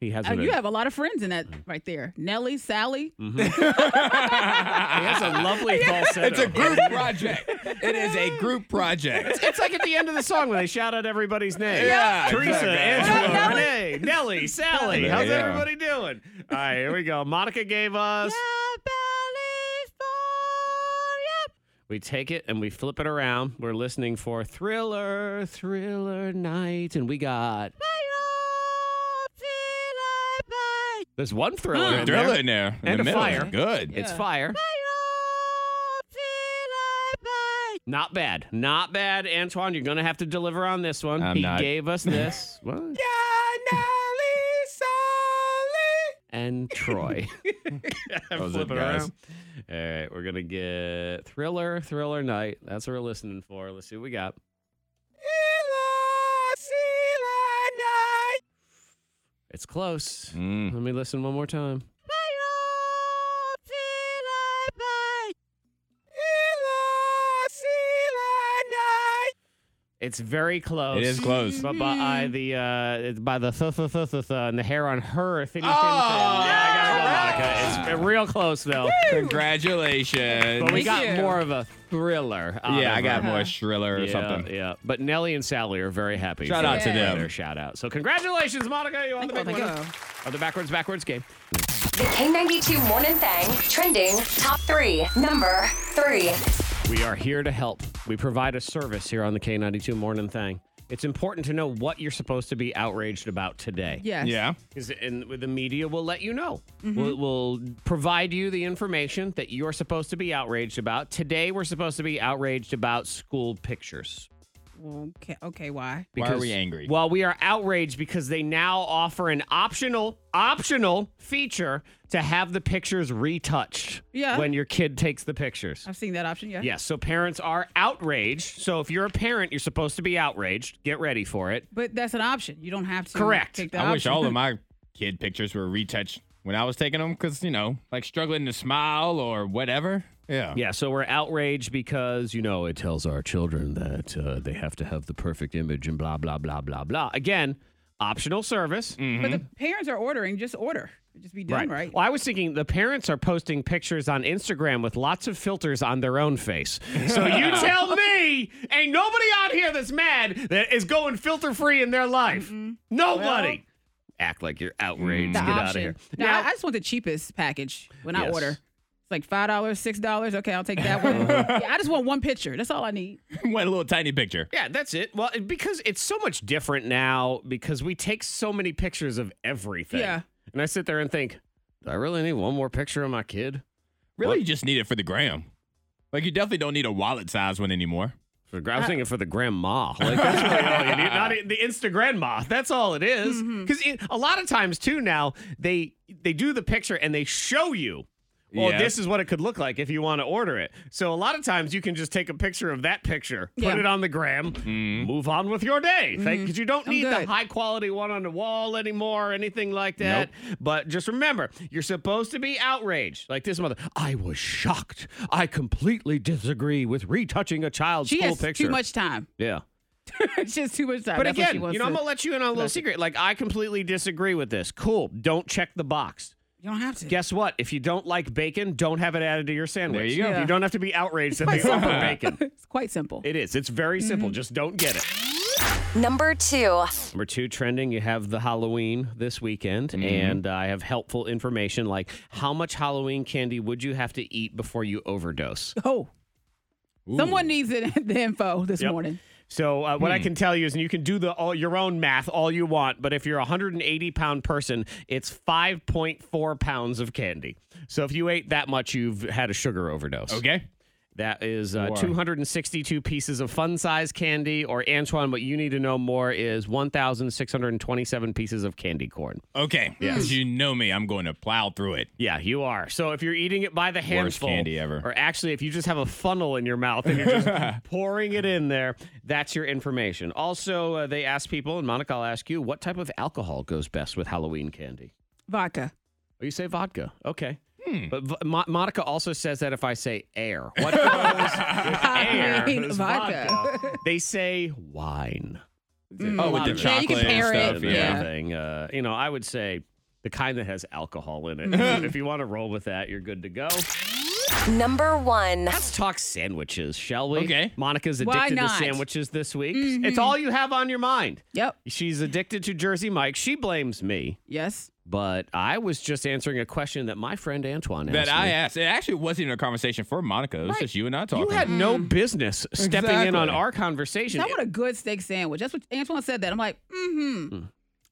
S2: He has
S5: Oh,
S2: an-
S5: you have a lot of friends in that right there. Nelly, Sally.
S2: he
S5: *laughs*
S2: has a lovely falsetto.
S4: It's a *laughs* group project. It is a group project.
S2: It's like at the end of the song when they shout out everybody's name.
S4: Yeah,
S2: Teresa,
S4: exactly.
S2: Angela,
S5: Well, Nelly.
S2: Renee, Nellie, Sally.
S4: Yeah,
S2: How's
S4: yeah.
S2: everybody doing? All right, here we go. Monica gave us. We take it and we flip it around. We're listening for Thriller, Thriller Night, and we got. There's one thriller. in there.
S4: Thriller in there. In
S2: And
S4: the
S2: a
S4: middle.
S2: fire.
S4: Good.
S2: It's fire. Not bad. Not bad, Antoine. You're going to have to deliver on this one.
S4: I'm
S2: he
S4: not.
S2: gave
S4: *laughs*
S2: us this. What? and Troy.
S4: was
S2: Flip
S4: it,
S2: it
S4: guys.
S2: around. All right, we're gonna get Thriller, Thriller Night. That's what we're listening for. Let's see what we got. It's close.
S4: Mm.
S2: Let me listen one more time. It's very close.
S4: It is close.
S2: But by the uh, it's by the th- th- th- th- th- and the hair on her thinny thin thin.
S4: Oh,
S2: Yeah, I gotta go,
S4: correct.
S2: Monica. It's real close though.
S4: Congratulations.
S2: But we
S5: Thank
S2: got
S5: you.
S2: more of a thriller. out
S4: yeah,
S2: of
S4: I got
S2: her.
S4: more thriller or
S2: Uh-huh. yeah,
S4: something.
S2: Yeah, but Nellie and Sally are very happy.
S4: Shout
S2: for
S4: out to
S2: their-
S4: them.
S2: their Shout out. So congratulations, Monica. You on the big
S5: Thank
S2: one
S5: you. Oh
S2: of the backwards backwards game.
S6: The K92 Morning Thang trending top three. Number three.
S2: We are here to help. We provide a service here on the K92 Morning Thing. It's important to know what you're supposed to be outraged about today.
S5: Yes.
S4: Yeah.
S2: 'Cause- And the media will let you know.
S5: Mm-hmm.
S2: We'll, we'll provide you the information that you're supposed to be outraged about. Today, we're supposed to be outraged about school pictures.
S5: Okay, okay, why?
S4: Why are
S2: Because-
S4: we angry?
S2: Well, we are outraged because they now offer an optional optional feature to have the pictures retouched.
S5: Yeah.
S2: When your kid takes the pictures.
S5: I've seen that option. Yeah.
S2: Yes, so parents are outraged. So if you're a parent, you're supposed to be outraged. Get ready for it.
S5: But that's an option. You don't have to.
S2: Correct.
S5: Take the
S4: I wish
S5: option.
S4: all of my kid pictures were retouched when I was taking them because, you know, like struggling to smile or whatever. Yeah.
S2: Yeah, so we're outraged because, you know, it tells our children that uh, they have to have the perfect image and blah, blah, blah, blah, blah. Again, optional service.
S5: But the parents are ordering. Just order. Just be done, right?
S2: Mm-hmm. Well, I was thinking the parents are posting pictures on Instagram with lots of filters on their own face. So
S5: *laughs*
S2: you tell me, ain't nobody out here that's mad that is going filter free in their life. Nobody. Act like you're outraged.
S5: Mm-hmm. the
S2: Get
S5: option.
S2: out of here.
S5: No,
S2: Now-
S5: I- I just want the cheapest package when I
S2: Yes.
S5: order. It's like five dollars, six dollars. Okay, I'll
S2: *laughs*
S5: take that one.
S2: Uh-huh.
S5: yeah, I just want one picture. That's all I need.
S4: *laughs* One little tiny picture.
S2: Yeah, that's it. Well, it- because it's so much different now because we take so many pictures of everything.
S5: Yeah.
S2: And I sit there and think, do I really need one more picture of my kid?
S4: Really,
S2: What?
S4: you just need it for the gram. Like, you definitely don't need a wallet size one anymore.
S2: For, I was thinking for the grandma. Like, that's really all you need. Not e- the Insta grandma. That's all it is. Because a lot of times, too, now they they do the picture and they show you. Well,
S4: Yes.
S2: this is what it could look like if you want to order it. So a lot of times you can just take a picture of that picture,
S5: Yeah. Mm-hmm.
S2: put it on the gram, move on with your day. Thank because you don't
S5: I'm
S2: need the
S5: good.
S2: high quality one on the wall anymore or anything like that. But just remember, you're supposed to be outraged. Like this mother, I was shocked. I completely disagree with retouching a child's
S5: She
S2: full
S5: has
S2: picture.
S5: too much time. *laughs*
S2: Yeah.
S5: it's just too much time.
S2: But
S5: That's
S2: again,
S5: what she
S2: you know,
S5: wants
S2: I'm
S5: to-
S2: gonna let you in on a little secret. Like, I completely disagree with this. Cool. Don't check the box.
S5: you don't have to.
S2: Guess what? If you don't like bacon, don't have it added to your sandwich.
S4: There you
S5: go.
S2: You don't have to be outraged
S5: *laughs*
S2: that they *laughs* offer bacon.
S5: it's quite simple.
S2: It is. It's very simple. Just don't get it.
S6: Number two.
S2: Number two trending, you have the Halloween this weekend,
S4: Mm-hmm.
S2: and I have helpful information like how much Halloween candy would you have to eat before you overdose?
S5: oh,
S4: Ooh.
S5: someone needs it, *laughs* the info this
S2: Yep.
S5: morning.
S2: So uh, what
S4: Hmm.
S2: I can tell you is, and you can do the all your own math all you want, but if you're a 180 pound person, it's 5.4 pounds of candy. So if you ate that much, you've had a sugar overdose.
S4: Okay.
S2: That is uh,
S4: Wow.
S2: 262 pieces of fun size candy. Or Antoine, what you need to know more is 1,627 pieces of candy corn.
S4: Okay. Yes. You know me. I'm going to plow through it.
S2: Yeah, you are. So if you're eating it by the handful,
S4: candy ever.
S2: or actually if you just have a funnel in your mouth and you're
S4: *laughs*
S2: just pouring it in there, that's your information. Also, uh, they ask people, and Monica, I'll ask you, what type of alcohol goes best with Halloween candy?
S5: Vodka.
S2: Oh, you say vodka. Okay.
S4: Hmm.
S2: But v- Mo- Monica also says that if I say air,
S4: *laughs*
S2: what goes with
S5: *laughs*
S2: air?
S5: mean,
S2: is
S5: vodka.
S2: vodka. They say wine.
S4: Oh, with
S2: Vodka.
S4: the
S5: Yeah, you
S4: chocolate
S5: can pair it,
S4: and stuff.
S2: and
S5: yeah.
S2: everything. Uh, you know, I would say the kind that has alcohol in it.
S5: Mm-hmm.
S2: if you want to roll with that, you're good to go.
S6: Number one.
S2: Let's talk sandwiches, shall we?
S4: Okay.
S2: Monica's
S5: Why
S2: addicted to
S5: not? Mm-hmm.
S2: sandwiches this week. It's all you have on your mind.
S5: Yep.
S2: She's addicted to Jersey Mike. She blames me,
S5: Yes.
S2: but I was just answering a question that my friend Antoine asked
S4: That I
S2: me.
S4: asked. It actually wasn't even a conversation for Monica. It was just you and I talking.
S2: You had no
S5: Mm-hmm.
S2: business stepping in on
S4: Exactly.
S2: our conversation.
S5: I want a good steak sandwich. That's what Antoine said. That I'm like, mm-hmm.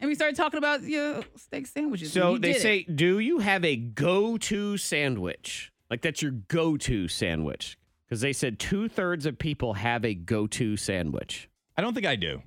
S5: And we started talking about your steak sandwiches.
S2: Mm.
S5: and
S2: so
S5: you
S2: they
S5: did it.
S2: say, do you have a go-to sandwich? Like that's your go-to sandwich? Because they said two thirds of people have a go-to sandwich.
S4: I don't think I do.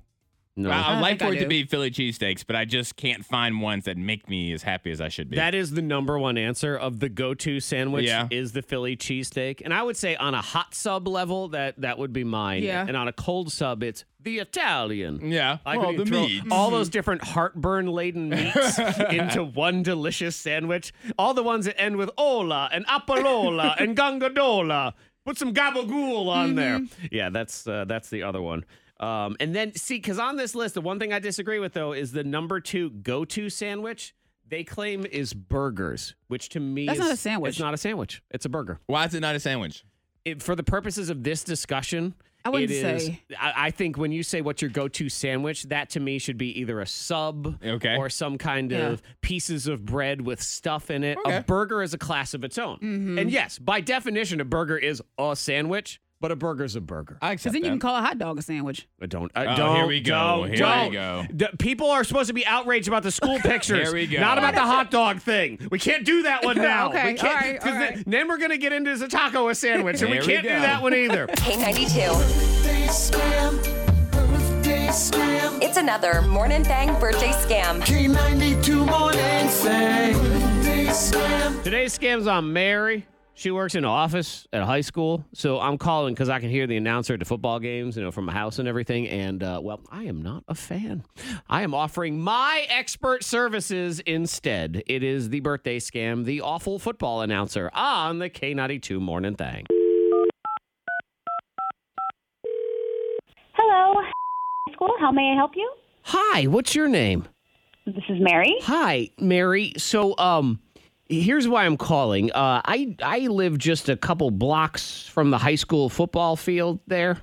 S2: No,
S4: I,
S5: I
S4: would like
S5: think I
S4: for it to
S5: do.
S4: be Philly cheesesteaks, but I just can't find ones that make me as happy as I should be.
S2: That is the number one answer of the go-to sandwich
S4: Yeah.
S2: is the Philly cheesesteak. And I would say on a hot sub level that that would be mine.
S5: Yeah.
S2: And on a cold sub it's the Italian.
S4: yeah.
S2: I
S4: well,
S2: could
S4: the
S2: throw
S4: meat.
S2: all
S5: Mm-hmm.
S2: those different heartburn laden
S5: *laughs*
S2: meats into one delicious sandwich. All the ones that end with ola and apalola
S5: *laughs*
S2: and gangadola. Put some gabagool on
S5: Mm-hmm.
S2: there. Yeah, that's uh, that's the other one. Um, and then see, because on this list, the one thing I disagree with though is the number two go-to sandwich they claim is burgers, which to me
S5: That's
S2: is-
S5: not a sandwich.
S2: It's not a sandwich. It's a burger
S4: Why is it not a sandwich?
S2: it, for the purposes of this discussion,
S5: I wouldn't
S2: it is-
S5: say.
S2: I, I think when you say what your go-to sandwich, that to me should be either a sub,
S4: Okay.
S2: or some kind
S5: Yeah.
S2: of pieces of bread with stuff in it. A
S4: Okay.
S2: burger is a class of its own,
S5: Mm-hmm.
S2: and yes, by definition, a burger is a sandwich, but a burger's a burger.
S4: I
S5: Because
S4: accept
S5: then
S4: that.
S5: you can call a hot dog a sandwich.
S2: I don't. I
S4: Oh,
S2: don't.
S4: here we go,
S2: Don't,
S4: here we
S2: don't.
S4: go.
S2: D- people are supposed to be outraged about the
S4: *laughs*
S2: school pictures.
S4: Here we go.
S2: Not about the hot dog thing. We can't do that one now.
S5: *laughs* Okay,
S2: We can't,
S5: all
S2: *laughs*
S5: right,
S2: 'cause
S5: all
S2: then-
S5: right.
S2: Then we're gonna get into the taco a sandwich, and we
S4: *laughs* There we
S2: can't do
S4: go.
S2: that one either.
S6: K92.
S8: scam.
S6: It's another Morning Thang birthday scam.
S8: K92 morning thing. Birthday scam.
S2: Today's scam's on Mary. She works in an office at a high school, so I'm calling because I can hear the announcer at the football games, you know, from my house and everything. And uh, well, I am not a fan. I am offering my expert services instead. It is the birthday scam, the awful football announcer on the K92 Morning Thing.
S9: Hello, school. How may I help you?
S2: Hi, what's your name?
S9: This is Mary.
S2: Hi, Mary. So, um, here's why I'm calling. Uh, I I live just a couple blocks from the high school football field there.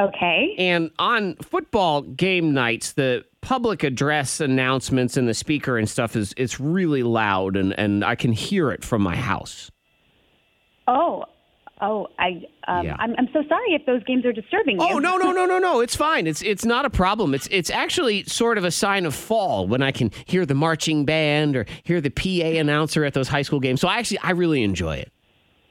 S9: Okay.
S2: And on football game nights, the public address announcements and the speaker and stuff is it's really loud and, and I can hear it from my house.
S9: Oh, oh, I, um,
S2: Yeah.
S9: I'm, I'm so sorry if those games are disturbing you.
S2: Oh no, no, no, no, no. It's fine. It's it's not a problem. It's it's actually sort of a sign of fall when I can hear the marching band or hear the PA announcer at those high school games. So I actually I really enjoy it.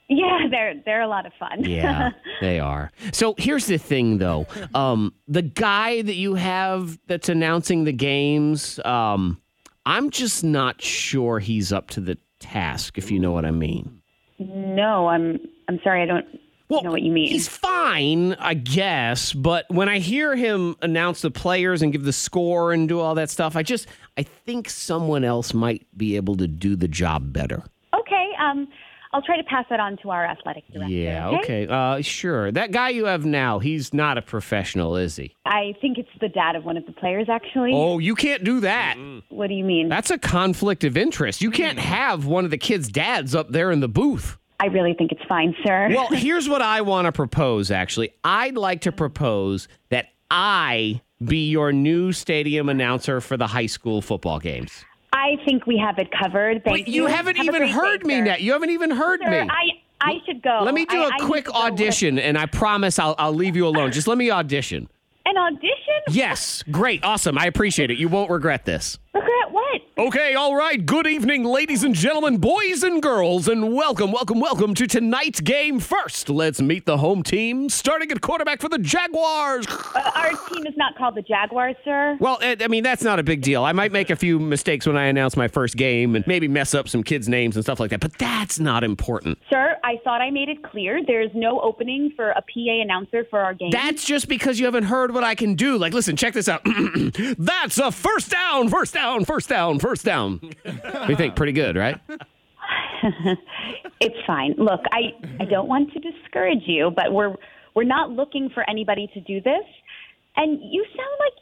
S9: Yeah, they're they're a lot of fun.
S2: Yeah, they are. So here's the thing, though. Um, the guy that you have that's announcing the games, um, I'm just not sure he's up to the task, if you know what I mean.
S9: *laughs* no, I'm I'm sorry. I don't know what you mean.
S2: He's fine, I guess, but when I hear him announce the players and give the score and do all that stuff, I just I think someone else might be able to do the job better.
S9: Okay. Um, I'll try to pass that on to our athletic director.
S2: Yeah, okay. Uh sure. That guy you have now, he's not a professional, is he?
S9: I think it's the dad of one of the players, actually.
S2: Oh, you can't do that.
S9: What do you mean?
S2: That's a conflict of interest. You can't have one of the kids' dads up there in the booth.
S9: I really think it's fine, sir.
S2: Well, here's what I want to propose actually. I'd like to propose that I be your new stadium announcer for the high school football games.
S9: I think we have it covered. Thank
S2: Wait, you haven't
S9: Have a
S2: even
S9: great
S2: heard
S9: day,
S2: me
S9: sir.
S2: now. You haven't even heard
S9: Sir,
S2: me.
S9: I I should go.
S2: let me do
S9: Oh, I-
S2: a
S9: I need
S2: quick
S9: to go with-
S2: audition, and I promise I'll, I'll leave you alone. Just let me audition.
S9: An audition?
S2: *laughs* Yes, great, awesome. I appreciate it. You won't regret this.
S9: Regret what?
S2: Okay, all right. Good evening, ladies and gentlemen, boys and girls, and welcome, welcome, welcome to tonight's game. First, let's meet the home team, starting at quarterback for the Jaguars.
S9: Uh, our team is not called the Jaguars, sir.
S2: Well, eh, I I mean, that's not a big deal. I might make a few mistakes when I announce my first game and maybe mess up some kids' names and stuff like that, but that's not important.
S9: Sir, I thought I made it clear there's no opening for a PA announcer for our game.
S2: That's just because you haven't heard what I can do. Like, listen, check this out. *clears throat* that's a first down, first down, first down, first down. we think pretty good, right?
S9: it's fine. Look, I, I don't want to discourage you, but we're we're not looking for anybody to do this. And you sound like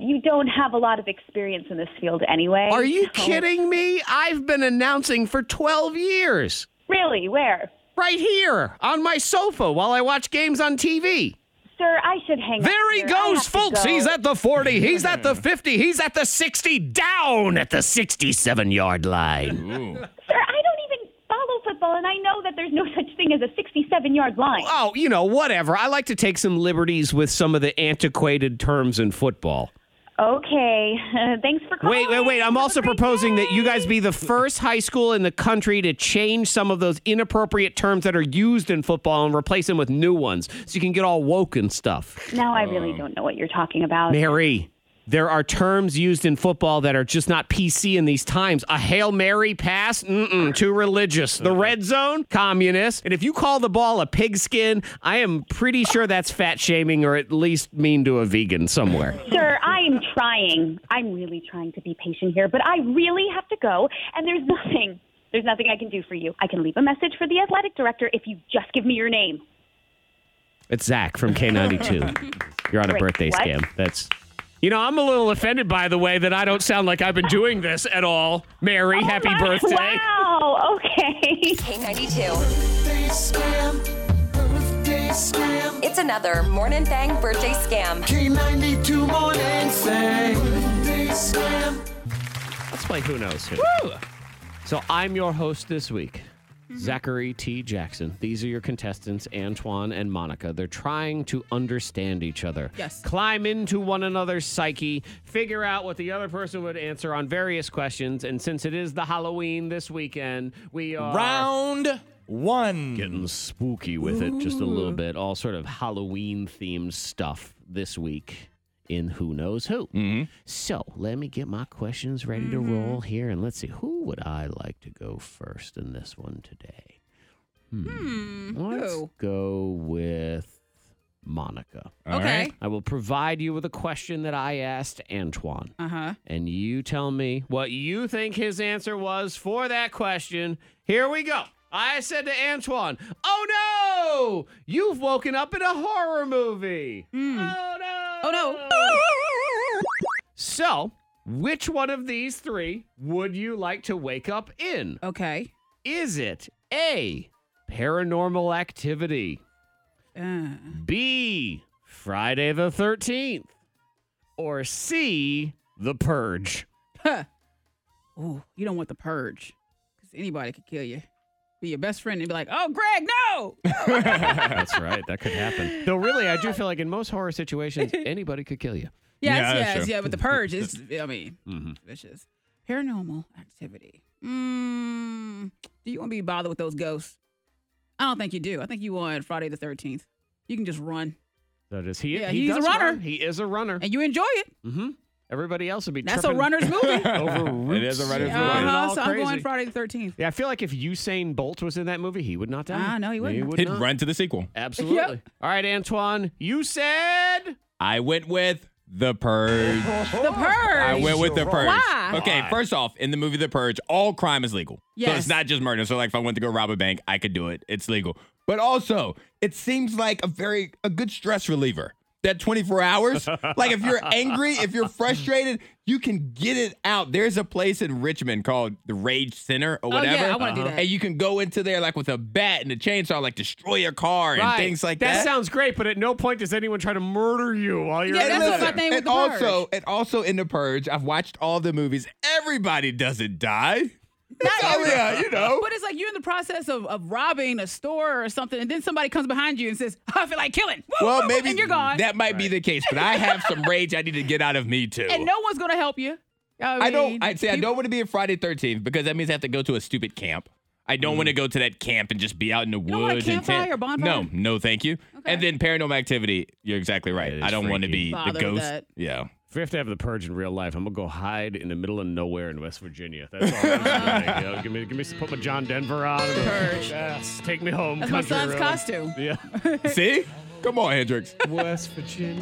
S9: you you don't have a lot of experience in this field anyway.
S2: Are you
S9: so-
S2: kidding me? I've been announcing for 12 years
S9: Really? Where?
S2: right here on my sofa while I watch games on TV.
S9: Sir, I should hang up
S2: There he
S9: here. I have
S2: goes,
S9: to
S2: folks.
S9: go.
S2: He's at the 40, he's at the 50, he's at the 60, down at the 67 yard line.
S9: Sir, I don't even follow football and I know that there's no such thing as a 67-yard line.
S2: Oh, you know, whatever. I like to take some liberties with some of the antiquated terms in football.
S9: Okay. Uh, Thanks for calling.
S2: Wait, wait, wait. I'm
S9: Oh, Have a
S2: also
S9: great
S2: proposing that you
S9: day.
S2: guys be the first high school in the country to change some of those inappropriate terms that are used in football and replace them with new ones so you can get all woke and stuff.
S9: Now I really don't know what you're talking about.
S2: Mary, there are terms used in football that are just not PC in these times. A Hail Mary pass? Mm-mm, too religious. The red zone? Communist. And if you call the ball a pigskin, I am pretty sure that's fat shaming or at least mean to a vegan somewhere.
S9: Sir, I am trying. I'm really trying to be patient here, but I really have to go, and there's nothing. There's nothing I can do for you. I can leave a message for the athletic director if you just give me your name.
S2: It's Zach from K92. You're on a
S9: Wait,
S2: birthday
S9: what?
S2: scam. That's. You know, I'm a little offended by the way that I don't sound like I've been doing this at all. Mary, happy
S9: Oh My-
S2: birthday.
S9: Wow. Okay.
S6: K92.
S8: Birthday scam. Birthday scam.
S6: It's another Morning Thang birthday scam.
S8: K92 morning thing. Birthday scam.
S2: Let's play Who Knows Who. So I'm your host this week, Zachary T. Jackson. These are your contestants, Antoine and Monica. They're trying to understand each other.
S5: Yes.
S2: Climb into one another's psyche, figure out what the other person would answer on various questions. And since it is the Halloween this weekend, we are
S7: Round one.
S2: getting spooky with it just a little bit. All sort of Halloween themed stuff this week. in Who Knows Who. So let me get my questions ready to roll here. And let's see, who would I like to go first in this one today? Hmm. Let's
S5: who?
S2: go with Monica.
S4: All
S5: okay.
S4: right.
S2: I will provide you with a question that I asked Antoine.
S5: Uh huh.
S2: And you tell me what you think his answer was for that question. Here we go. I said to Antoine, Oh no! You've woken up in a horror movie. Oh no!
S5: Hmm. Oh no.
S2: *laughs* So, which one of these three would you like to wake up in?
S5: Okay.
S2: Is it A, paranormal activity,
S5: Uh,
S2: B, Friday the 13th, or C, the purge?
S5: ooh, you don't want the purge because anybody could kill you. Be your best friend and be like, oh, Greg, no.
S2: That's right. That could happen. Though, really, I do feel like in most horror
S5: *laughs*
S2: situations, anybody could kill you.
S5: Yes,
S4: Yeah, that's
S5: yes,
S4: true. Mm-hmm.
S5: yeah. But the
S4: *laughs*
S5: purge is, I mean, vicious. Paranormal activity. Mm, do you want to be bothered with those ghosts? I don't think you do. I think you on Friday the 13th. You can just run
S2: That is, he,
S5: Yeah,
S2: he
S5: he's a
S2: does
S5: runner.
S2: run. He is a runner.
S5: and you enjoy it.
S2: hmm Everybody else would be
S5: That's a
S2: tripping
S5: runner's
S4: *laughs*
S5: movie.
S2: over roots.
S4: It is a
S2: and running
S4: runner's movie.
S5: Uh-huh,
S2: all
S5: so I'm going
S2: crazy.
S5: Friday the 13th.
S2: Yeah, I feel like if Usain Bolt was in that movie, he would not die.
S5: Ah, no, he wouldn't.
S2: would
S4: He'd
S2: not.
S4: run to the sequel.
S2: Absolutely.
S5: Yep.
S2: All right, Antoine, you said
S4: I went with The Purge.
S5: The Purge.
S4: Oh, I went with The Purge.
S5: Why?
S4: Okay, first off, in the movie The Purge, all crime is legal. So
S5: Yes.
S4: it's not just murder. So like if I went to go rob a bank, I could do it. It's legal. But also, it seems like a very a good stress reliever. That 24 hours, like if you're angry, if you're frustrated, you can get it out. There's a place in Richmond called the Rage Center or
S5: Oh, yeah,
S4: whatever.
S5: I wanna do that.
S4: And you can go into there like with a bat and a chainsaw, like destroy your car and things like that.
S2: sounds great, but at no point does anyone try to murder you while you're
S5: Yeah,
S2: in
S5: that's
S2: there.
S5: what my thing with
S4: and
S5: The Purge.
S4: also, and also in the purge, I've watched all the movies. Everybody doesn't die. It's all-
S5: everybody.
S4: yeah, you know.
S5: But it's like you're in the process of, of robbing a store or something, and then somebody comes behind you and says, *laughs* I feel like killing. Woo, woo,
S4: Well,
S5: woo,
S4: maybe
S5: *laughs* And you're gone.
S4: that might be the case, but I have some rage I need to get out of me too.
S5: and no one's going to help you. I,
S4: I
S5: mean,
S4: don't. I say I
S5: people-
S4: don't want to be at Friday Thirteenth because that means I have to go to a stupid camp. I don't want to go to that camp and just be out in the
S5: don't want a
S4: woods. and
S5: campfire
S4: tent.
S5: or bonfire?
S4: No, no, thank you. And then paranormal activity. You're exactly right.
S2: is
S4: I don't want to
S2: freaky.
S4: be
S5: Bother
S4: the
S5: with
S4: ghost.
S5: that.
S4: Yeah.
S2: If we have to have the purge in real life, I'm gonna go hide in the middle of nowhere in West Virginia. That's all. I'm
S5: *laughs*
S2: doing. You know, give me, give me, some- put my John Denver on. and-
S5: Purge.
S2: Yes, take me home.
S5: That's my
S2: country
S5: son's
S2: road.
S5: costume.
S2: Yeah,
S4: See? Come on,
S5: *laughs*
S4: Hendrix.
S2: *laughs* West Virginia.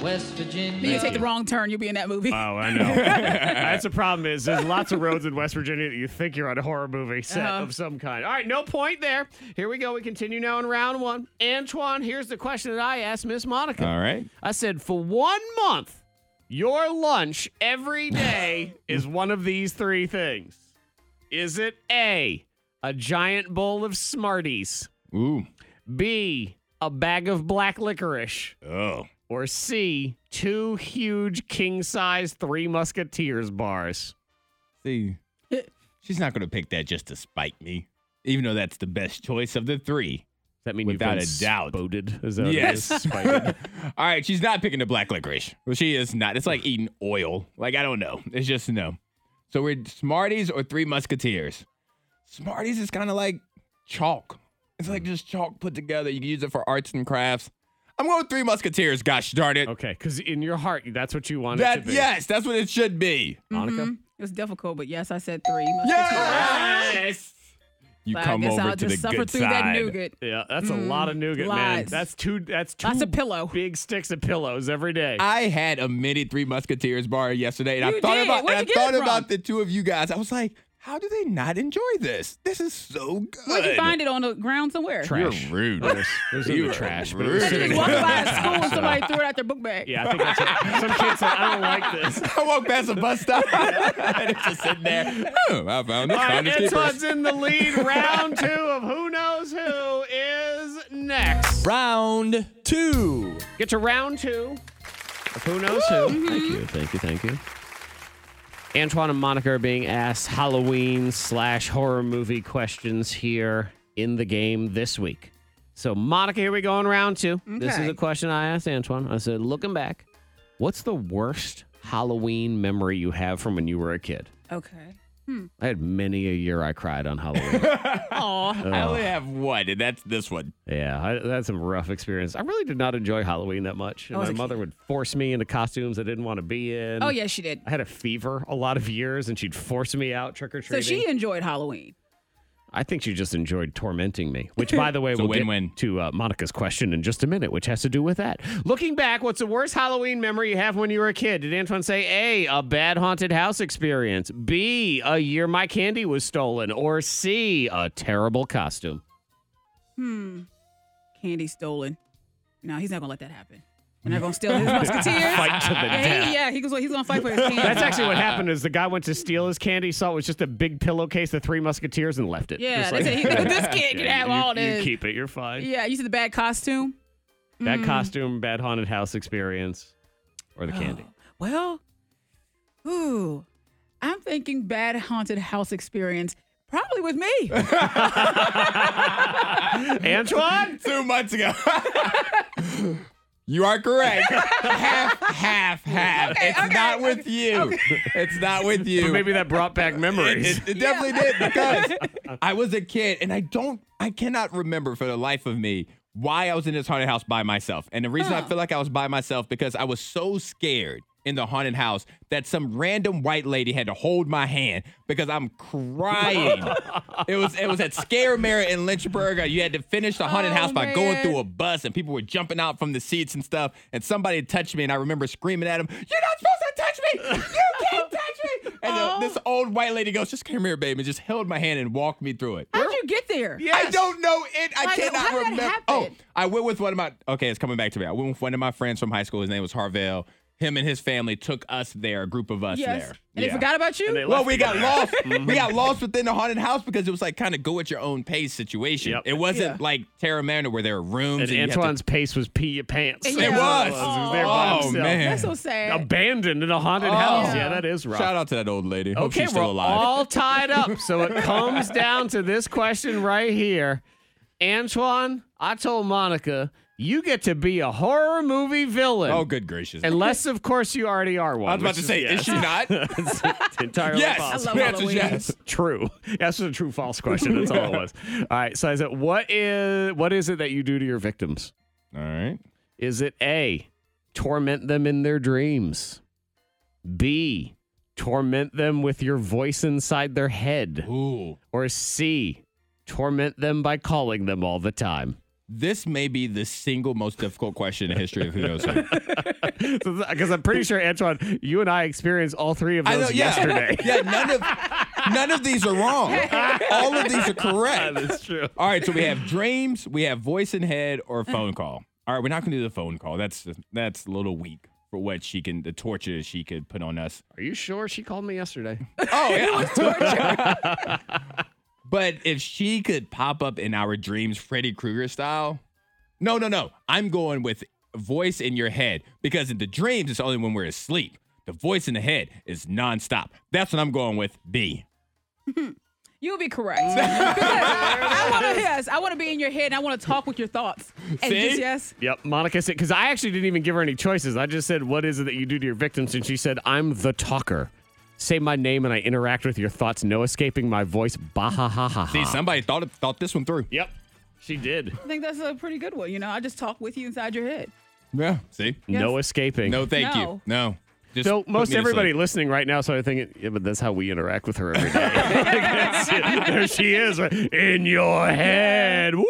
S5: Then you take the wrong turn, you'll be in that movie.
S2: Oh, I know. That's the problem. Is there's lots of roads in West Virginia that you think you're on a horror movie set of some kind. All right, no point there. Here we go. We continue now in round one. Antoine, here's the question that I asked Miss Monica.
S4: all right.
S2: I said, for one month, your lunch every
S4: *laughs*
S2: day is one of these three things. Is it A, a giant bowl of Smarties,
S4: Ooh.
S2: B, a bag of black licorice,
S4: Oh.
S2: or C, two huge king size Three Musketeers bars?
S5: *laughs*
S4: See, she's not going to pick that just to spite me, even though that's the best choice of the three.
S2: Does that mean
S4: Without
S2: you've been
S4: a doubt.
S2: Spoded? Is that what it
S4: Yes.
S2: is? Spited?
S4: All right, she's not picking the black licorice. Well, she is not. It's like eating oil. Like I don't know. It's just no. So we're Smarties or Three Musketeers. Smarties is kind of like chalk. It's like just chalk put together. You can use it for arts and crafts. I'm going with Three Musketeers. Gosh darn
S2: *laughs*
S4: it.
S2: okay, because in your heart, that's what you want it
S4: That Mm-hmm.
S2: to be.
S4: yes, that's what it should be.
S2: Monica?
S5: *laughs* It was difficult, but yes, I said three. Must be
S4: Yes. You
S5: But I
S4: come
S5: guess
S4: over
S5: I'll
S4: to the
S5: just suffer
S4: good
S5: through
S4: side.
S5: that nougat.
S2: Yeah, that's a lot of
S4: Mm.
S2: nougat, man.
S5: lots.
S2: That's two. That's two.
S5: Lots of pillow.
S2: Big sticks of pillows every day.
S4: I had a mini Three Musketeers bar yesterday, and I
S5: You
S4: thought
S5: did.
S4: about
S5: Where'd
S4: and
S5: you
S4: I
S5: get it
S4: thought
S5: from?
S4: about the two of you guys. I was like, how do they not enjoy this? This is so good.
S5: Where'd you find it on the ground somewhere? *laughs*
S2: Trash.
S4: *laughs* You're *laughs* rude.
S2: It was, it was in
S4: You
S2: the
S4: are
S2: trash. But it was
S4: rude.
S2: sitting
S5: Just
S2: in
S5: walked
S2: the
S5: by a
S2: trash,
S5: school and
S2: so- *laughs*
S5: somebody threw it out their book bag.
S2: Yeah, I think that's it. Some kids said, I don't like
S4: *laughs*
S2: this.
S4: I walked past a bus stop, *laughs* and it's just sitting there. Oh, I found this.
S2: All right,
S4: Found its
S2: Antoine's
S4: keepers.
S2: in the lead. Round two of Who Knows Who is next.
S7: Round two.
S2: Get to round two of Who Knows Who. Thank you, thank you, thank you. Antoine and Monica are being asked Halloween slash horror movie questions here in the game this week. So, Monica, here we go in round two. This is
S5: Okay.
S2: a question I asked Antoine. I said, looking back, what's the worst Halloween memory you have from when you were a kid?
S5: Okay.
S2: I had many a year I cried on Halloween.
S5: *laughs*
S4: Oh, I only have one, and that's this one.
S2: Yeah, I, that's some rough experience. I really did not enjoy Halloween that much. And
S5: was
S2: my
S5: a
S2: mother would force me into costumes I didn't want to be in.
S5: Oh, yes, she did.
S2: I had a fever a lot of years, and she'd force me out trick or
S5: So
S2: treating.
S5: she enjoyed Halloween.
S2: I think she just enjoyed tormenting me, which, by the way,
S4: *laughs* It's a
S2: we'll get
S4: win-win.
S2: to uh, Monica's question in just a minute, which has to do with that. Looking back, what's the worst Halloween memory you have when you were a kid? Did Antoine say A, a bad haunted house experience, B, a year my candy was stolen, or C, a terrible costume?
S5: Hmm. Candy stolen. No, he's not gonna let that happen. We're not gonna steal
S2: *laughs*
S5: his musketeers.
S2: Fight to the
S5: yeah,
S2: death.
S5: he, yeah, he goes. He's gonna fight for his candy.
S2: That's actually what happened is the guy went to steal his candy, saw it was just a big pillowcase, the three musketeers, and left it.
S5: Yeah,
S2: Just
S5: they said
S2: *laughs*
S5: he, *laughs* this kid
S2: "Yeah,
S5: can have
S2: you,
S5: all
S2: you
S5: this.
S2: keep it, you're fine.
S5: yeah, you see the bad costume.
S2: Bad costume, bad haunted house experience, or the candy.
S5: Well, ooh, I'm thinking bad haunted house experience. Probably
S2: *laughs*
S5: with me.
S2: Antoine?
S4: Two months ago. *laughs* you are
S5: *laughs*
S4: correct. half, half, half. it's not with you. It's not with you.
S2: But maybe that brought back
S4: *laughs* It,
S2: memories.
S4: it- it definitely did
S5: *laughs*
S4: because I was a kid and I don't, I cannot remember for the life of me why I was in this haunted house by myself. And the reason I feel like I was by myself because I was so scared in the haunted house that some random white lady had to hold my hand because I'm
S5: *laughs*
S4: crying. it was it was at Scare Mare in Lynchburg. Uh, You had to finish the haunted
S5: Oh,
S4: house by going
S5: man.
S4: through a bus and people were jumping out from the seats and stuff. And somebody touched me and I remember screaming at him, "You're not supposed to touch me! You can't touch me!" And the-
S5: Oh.
S4: this old white lady goes, "Just come here, babe," and just held my hand and walked me through it.
S5: How'd you get there?
S4: I don't know it. I,
S5: Why-
S4: cannot
S5: how did that
S4: remember. Oh,
S5: happen?
S4: I went with one of my. Okay, it's coming back to me. I went with one of my friends from high school. His name was Harvell. Him and his family took us there, a group of us
S5: Yes.
S4: there.
S5: And they
S4: Yeah.
S5: forgot about you.
S2: And they
S4: Well,
S2: left
S4: we
S2: you
S4: got
S5: *laughs*
S2: there.
S4: lost.
S2: Mm-hmm.
S4: we got lost within the haunted house because it was like kind of go at your own pace situation.
S2: Yep.
S4: It wasn't
S5: Yeah.
S4: like Terra Magna where there are rooms.
S2: And
S4: you have to-
S2: Antoine's pace was pee your pants.
S5: It
S4: It
S5: Yeah.
S4: was.
S5: Oh.
S2: He was there by
S4: oh
S2: himself.
S4: man.
S5: That's so sad.
S2: Abandoned in a haunted
S4: Oh.
S2: house. Yeah,
S5: Yeah.
S2: that is rough.
S4: Shout out to that old lady. Hope
S2: Okay,
S4: she's still
S2: we're
S4: alive. *laughs*
S2: all tied up. So it comes down to this question right here. Antoine, I told Monica, you get to be a horror movie villain.
S4: oh, good gracious.
S2: Unless, of course, you already are one.
S4: I was about to
S2: which *laughs*
S4: say,
S2: yes.
S4: is she not?
S2: It's entirely
S4: yes.
S2: possible.
S5: love
S4: The answer's
S5: Halloween.
S4: yes.
S2: *laughs* True. That's just a true false question. That's all it *laughs* was. All right. So I said, what is what is it that you do to your victims?
S4: All right.
S2: Is it A, torment them in their dreams? B, torment them with your voice inside their head?
S4: Ooh.
S2: Or C, torment them by calling them all the time?
S4: This may be the single most difficult question in the history of Who Knows Who.
S2: Because I'm pretty sure, Antoine, you and I experienced all three of those *laughs* yesterday.
S4: *laughs* Yeah, none of none of these are wrong. All of these are correct.
S2: That's true.
S4: All right, so we have dreams, we have voice in head, or phone call. All right, we're not gonna do the phone call. That's that's a little weak for what she can, the torture she could put on us.
S2: Are you sure she called me yesterday? *laughs*
S4: Oh, yeah. *laughs* but if she could pop up in our dreams, Freddy Krueger style, no, no, no. I'm going with voice in your head because in the dreams, it's only when we're asleep. The voice in the head is nonstop. That's what I'm going with. B.
S5: You'll be
S2: *laughs*
S5: correct. Because I want to yes, I want to be in your head and I want to talk with your thoughts. And
S4: See?
S5: just yes.
S2: Yep, Monica said because I actually didn't even give her any choices. I just said, "What is it that you do to your victims?" And she said, "I'm the talker. Say my name, and I interact with your thoughts. No escaping my voice. Bah ha ha ha."
S4: See,
S2: ha."
S4: somebody thought it, thought this one through.
S2: Yep, she did.
S5: I think that's a pretty good one. You know, I just talk with you inside your head.
S4: Yeah. See?
S2: No
S5: Yes.
S2: escaping.
S4: No, thank you.
S5: No.
S4: No. Just
S2: So
S4: put me
S2: most
S4: to
S2: everybody
S4: sleep.
S2: listening right now, so I think, yeah, but that's how we interact with her every day. *laughs* That's it. There she is, in your head. Woo!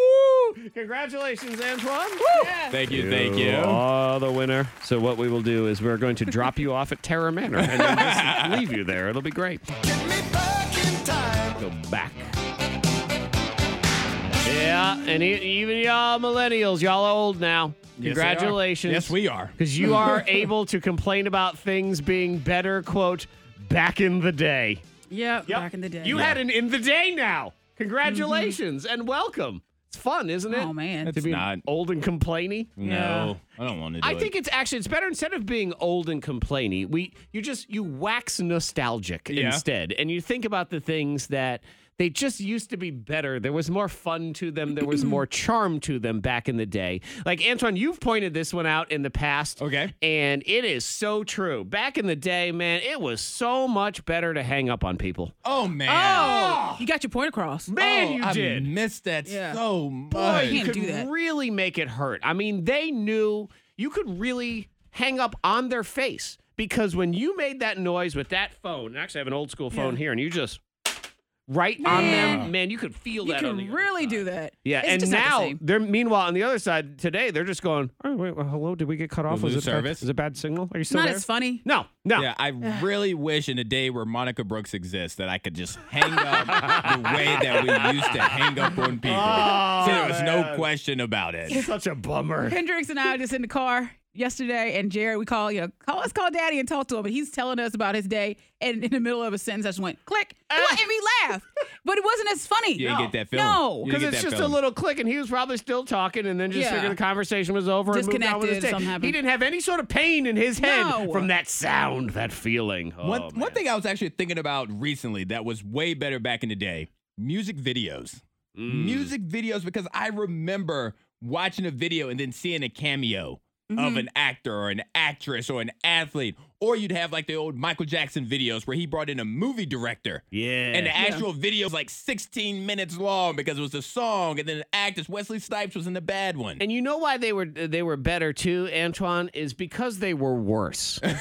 S2: Congratulations, Antoine. Woo!
S4: Thank you. Thank you.
S2: are the winner. So what we will do is we're going to drop you off at Terra Manor and then
S8: *laughs*
S2: just leave you there. It'll be great.
S8: Get me back in time.
S2: Go back. Yeah, and e- even y'all millennials, y'all are old now.
S4: Yes, they are.
S2: Congratulations.
S4: Yes, we are.
S2: *laughs* Because
S4: *laughs*
S2: you are able to complain about things being better, quote, back in the day.
S5: Yeah,
S2: Yep.
S5: back in the day.
S2: You had an in the day now.
S4: Mm-hmm.
S2: Congratulations and welcome. It's fun, isn't it?
S5: Oh man.
S4: It's not.
S2: Old and complaining.
S4: No. I don't want to do
S2: I
S4: it.
S2: think it's actually it's better instead of being old and complainy. We you just you wax nostalgic
S4: Yeah.
S2: instead, and you think about the things that They just used to be better. There was more fun to them. There was
S4: *clears throat*
S2: more charm to them back in the day. Like Antoine, you've pointed this one out in the past.
S4: Okay.
S2: And it is so true. Back in the day, man, it was so much better to hang up on people.
S4: Oh man.
S5: You got your point across.
S2: Man,
S4: Oh,
S2: you
S4: I
S2: did.
S4: missed that
S5: Yeah.
S4: so much.
S2: Boy,
S5: You
S2: you
S5: can't
S2: could
S5: do that.
S2: really make it hurt. I mean, they knew you could really hang up on their face because when you made that noise with that phone, and I actually have an old school phone here, and you just right on them, man, you could feel
S5: You
S2: that. on the
S5: can
S2: other
S5: really
S2: side.
S5: do that.
S2: Yeah,
S5: It's
S2: and
S5: just not the
S2: now
S5: same.
S2: they're meanwhile on the other side today they're just going. Oh wait, well, hello, did we get cut off?
S4: We
S2: Was it
S4: lose
S2: bad,
S4: service?
S2: is it bad signal? Are you
S5: it's
S2: still
S5: not
S2: there?
S5: as funny.
S2: No, no.
S4: Yeah, I really wish in a day where Monica Brooks exists that I could just hang up the way that we used to hang up on people.
S2: *laughs* Oh,
S4: so there was
S2: man.
S4: no question about it.
S2: *laughs* Such a
S5: *laughs*
S2: bummer.
S5: Hendrix and I were just in the car yesterday, and Jared, we call, you know, call, let's call daddy and talk to him. And he's telling us about his day. And in the middle of a sentence, I just went, click. What? And we laughed. But it wasn't as funny.
S4: You didn't get that feeling. You didn't
S5: No.
S2: Because
S4: get
S2: it's
S4: that
S2: just a
S4: feeling.
S2: little click, and he was probably still talking, and then just
S5: Yeah.
S2: figured the conversation was over and moved on with his
S5: Disconnected,
S2: day.
S5: something happened.
S2: He didn't have any sort of pain in his head
S5: No.
S2: from that sound, that feeling. Oh,
S4: One,
S2: man.
S4: one thing I was actually thinking about recently that was way better back in the day music videos.
S2: Mm.
S4: Music videos, because I remember watching a video and then seeing a cameo
S2: Mm-hmm.
S4: of an actor or an actress or an athlete. Or you'd have like the old Michael Jackson videos where he brought in a movie director.
S2: Yeah.
S4: And the actual video was like 16 minutes long because it was a song and then an actress. Wesley Snipes was in the bad one.
S2: And you know why they were they were better too, Antoine, is because they were
S4: *laughs*
S2: worse. they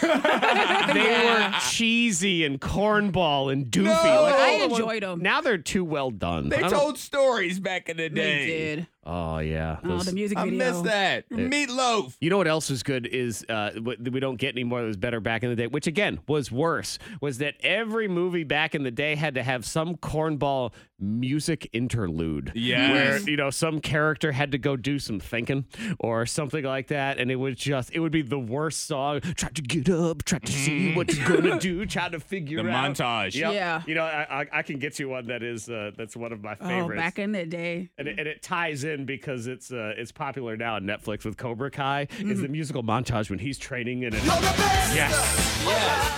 S2: were cheesy and cornball and doofy. Like,
S4: I
S2: all the ones-
S5: enjoyed 'em.
S2: Now they're too well done.
S4: they
S2: I don't-
S4: told stories back in the
S5: They
S4: day.
S5: did.
S2: Oh yeah.
S5: Oh,
S2: Those-
S5: the music
S4: I
S5: video.
S4: miss that. Meatloaf.
S2: You know what else is good is uh, what- that we don't get anymore that was better back in the day, which again was worse, was that every movie back in the day had to have some cornball music interlude.
S4: Yes.
S2: Where, you know, some character had to go do some thinking or something like that. And it was just, it would be the worst song. Try to get up, try to see what you're going to do, try to figure
S4: Mm-hmm. The
S2: out.
S4: montage.
S2: Yep.
S5: Yeah.
S2: You know, I, I, I can get you one that is, uh, that's one of my
S5: Oh,
S2: favorites
S5: back in the day.
S2: and it, and it ties in because it's uh, it's popular now on Netflix with Cobra Kai is
S5: Mm-hmm.
S2: the musical montage when he's training and it, yes,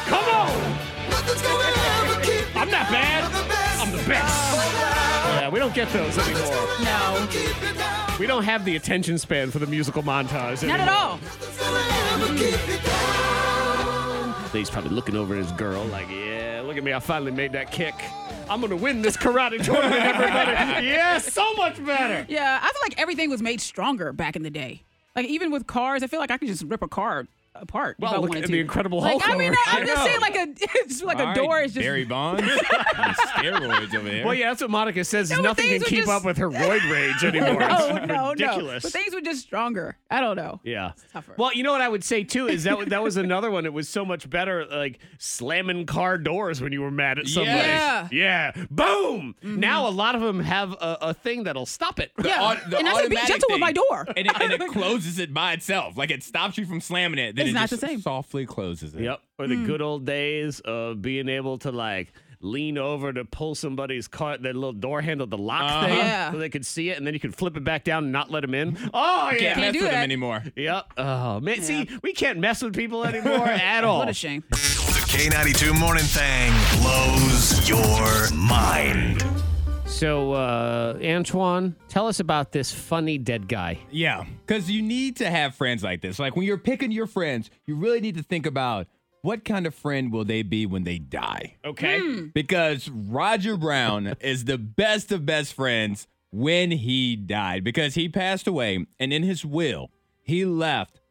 S2: come on, I'm not bad, I'm the best. Yeah, we don't get those anymore.
S5: No.
S2: We don't have the attention span for the musical montage. anymore.
S5: Not at all.
S2: He's probably looking over at his girl like, yeah, look at me, I finally made that kick. I'm gonna win this *laughs* karate tournament, everybody. yeah, so much better.
S5: Yeah, I feel like everything was made stronger back in the day. Like even with cars, I feel like I could just rip a car apart
S2: Well,
S5: if I
S2: look
S5: wanted
S2: at
S5: to.
S2: the Incredible
S5: like,
S2: Hulk
S5: I mean,
S2: over
S5: I, am
S4: here.
S5: just saying, like a *laughs* it's like a
S4: All
S5: door
S4: right,
S5: is just
S4: Barry Bonds. steroids over here.
S2: Well, yeah, that's what Monica says. Is
S5: No, but
S2: nothing can
S5: things were
S2: keep
S5: just-
S2: up with her roid
S5: *laughs*
S2: rage anymore.
S5: *laughs* no,
S2: it's
S5: no,
S2: ridiculous.
S5: no. But things were just stronger. I don't know.
S2: Yeah.
S5: tougher.
S2: Well, you know what I would say too is that that was another one. It was so much better, like slamming car doors when you were mad at somebody.
S5: Yeah.
S2: Yeah. Boom. Now a lot of them have a, a thing that'll stop it.
S5: Mm-hmm. Yeah,
S4: au- the
S5: and I should be
S4: automatic
S5: gentle with
S4: thing.
S5: my door.
S4: *laughs* And it, and
S5: *laughs*
S4: it closes it by itself. Like it stops you from slamming it. Then
S5: It's
S4: it
S5: not
S4: just
S5: the same.
S4: softly closes it.
S2: *laughs* Yep. Or the
S5: Mm.
S2: good old days of being able to like lean over to pull somebody's car, that little door handle, the lock
S4: Uh-huh.
S2: thing,
S5: Yeah.
S2: so they could see it, and then you could flip it back down and not let them in. Oh yeah.
S4: Can't mess
S5: do
S4: with
S5: that.
S4: them anymore.
S2: Yep. Oh man. See, we can't mess with people
S5: *laughs*
S2: anymore at all.
S5: What a shame. Oh,
S1: The K92 Morning Thang blows your mind.
S2: So, uh, Antoine, tell us about this funny dead guy.
S4: Yeah, because you need to have friends like this. Like when you're picking your friends, you really need to think about what kind of friend will they be when they die.
S2: Okay.
S5: Hmm.
S4: Because Roger Brown *laughs* is the best of best friends when he died because he passed away and in his will, he left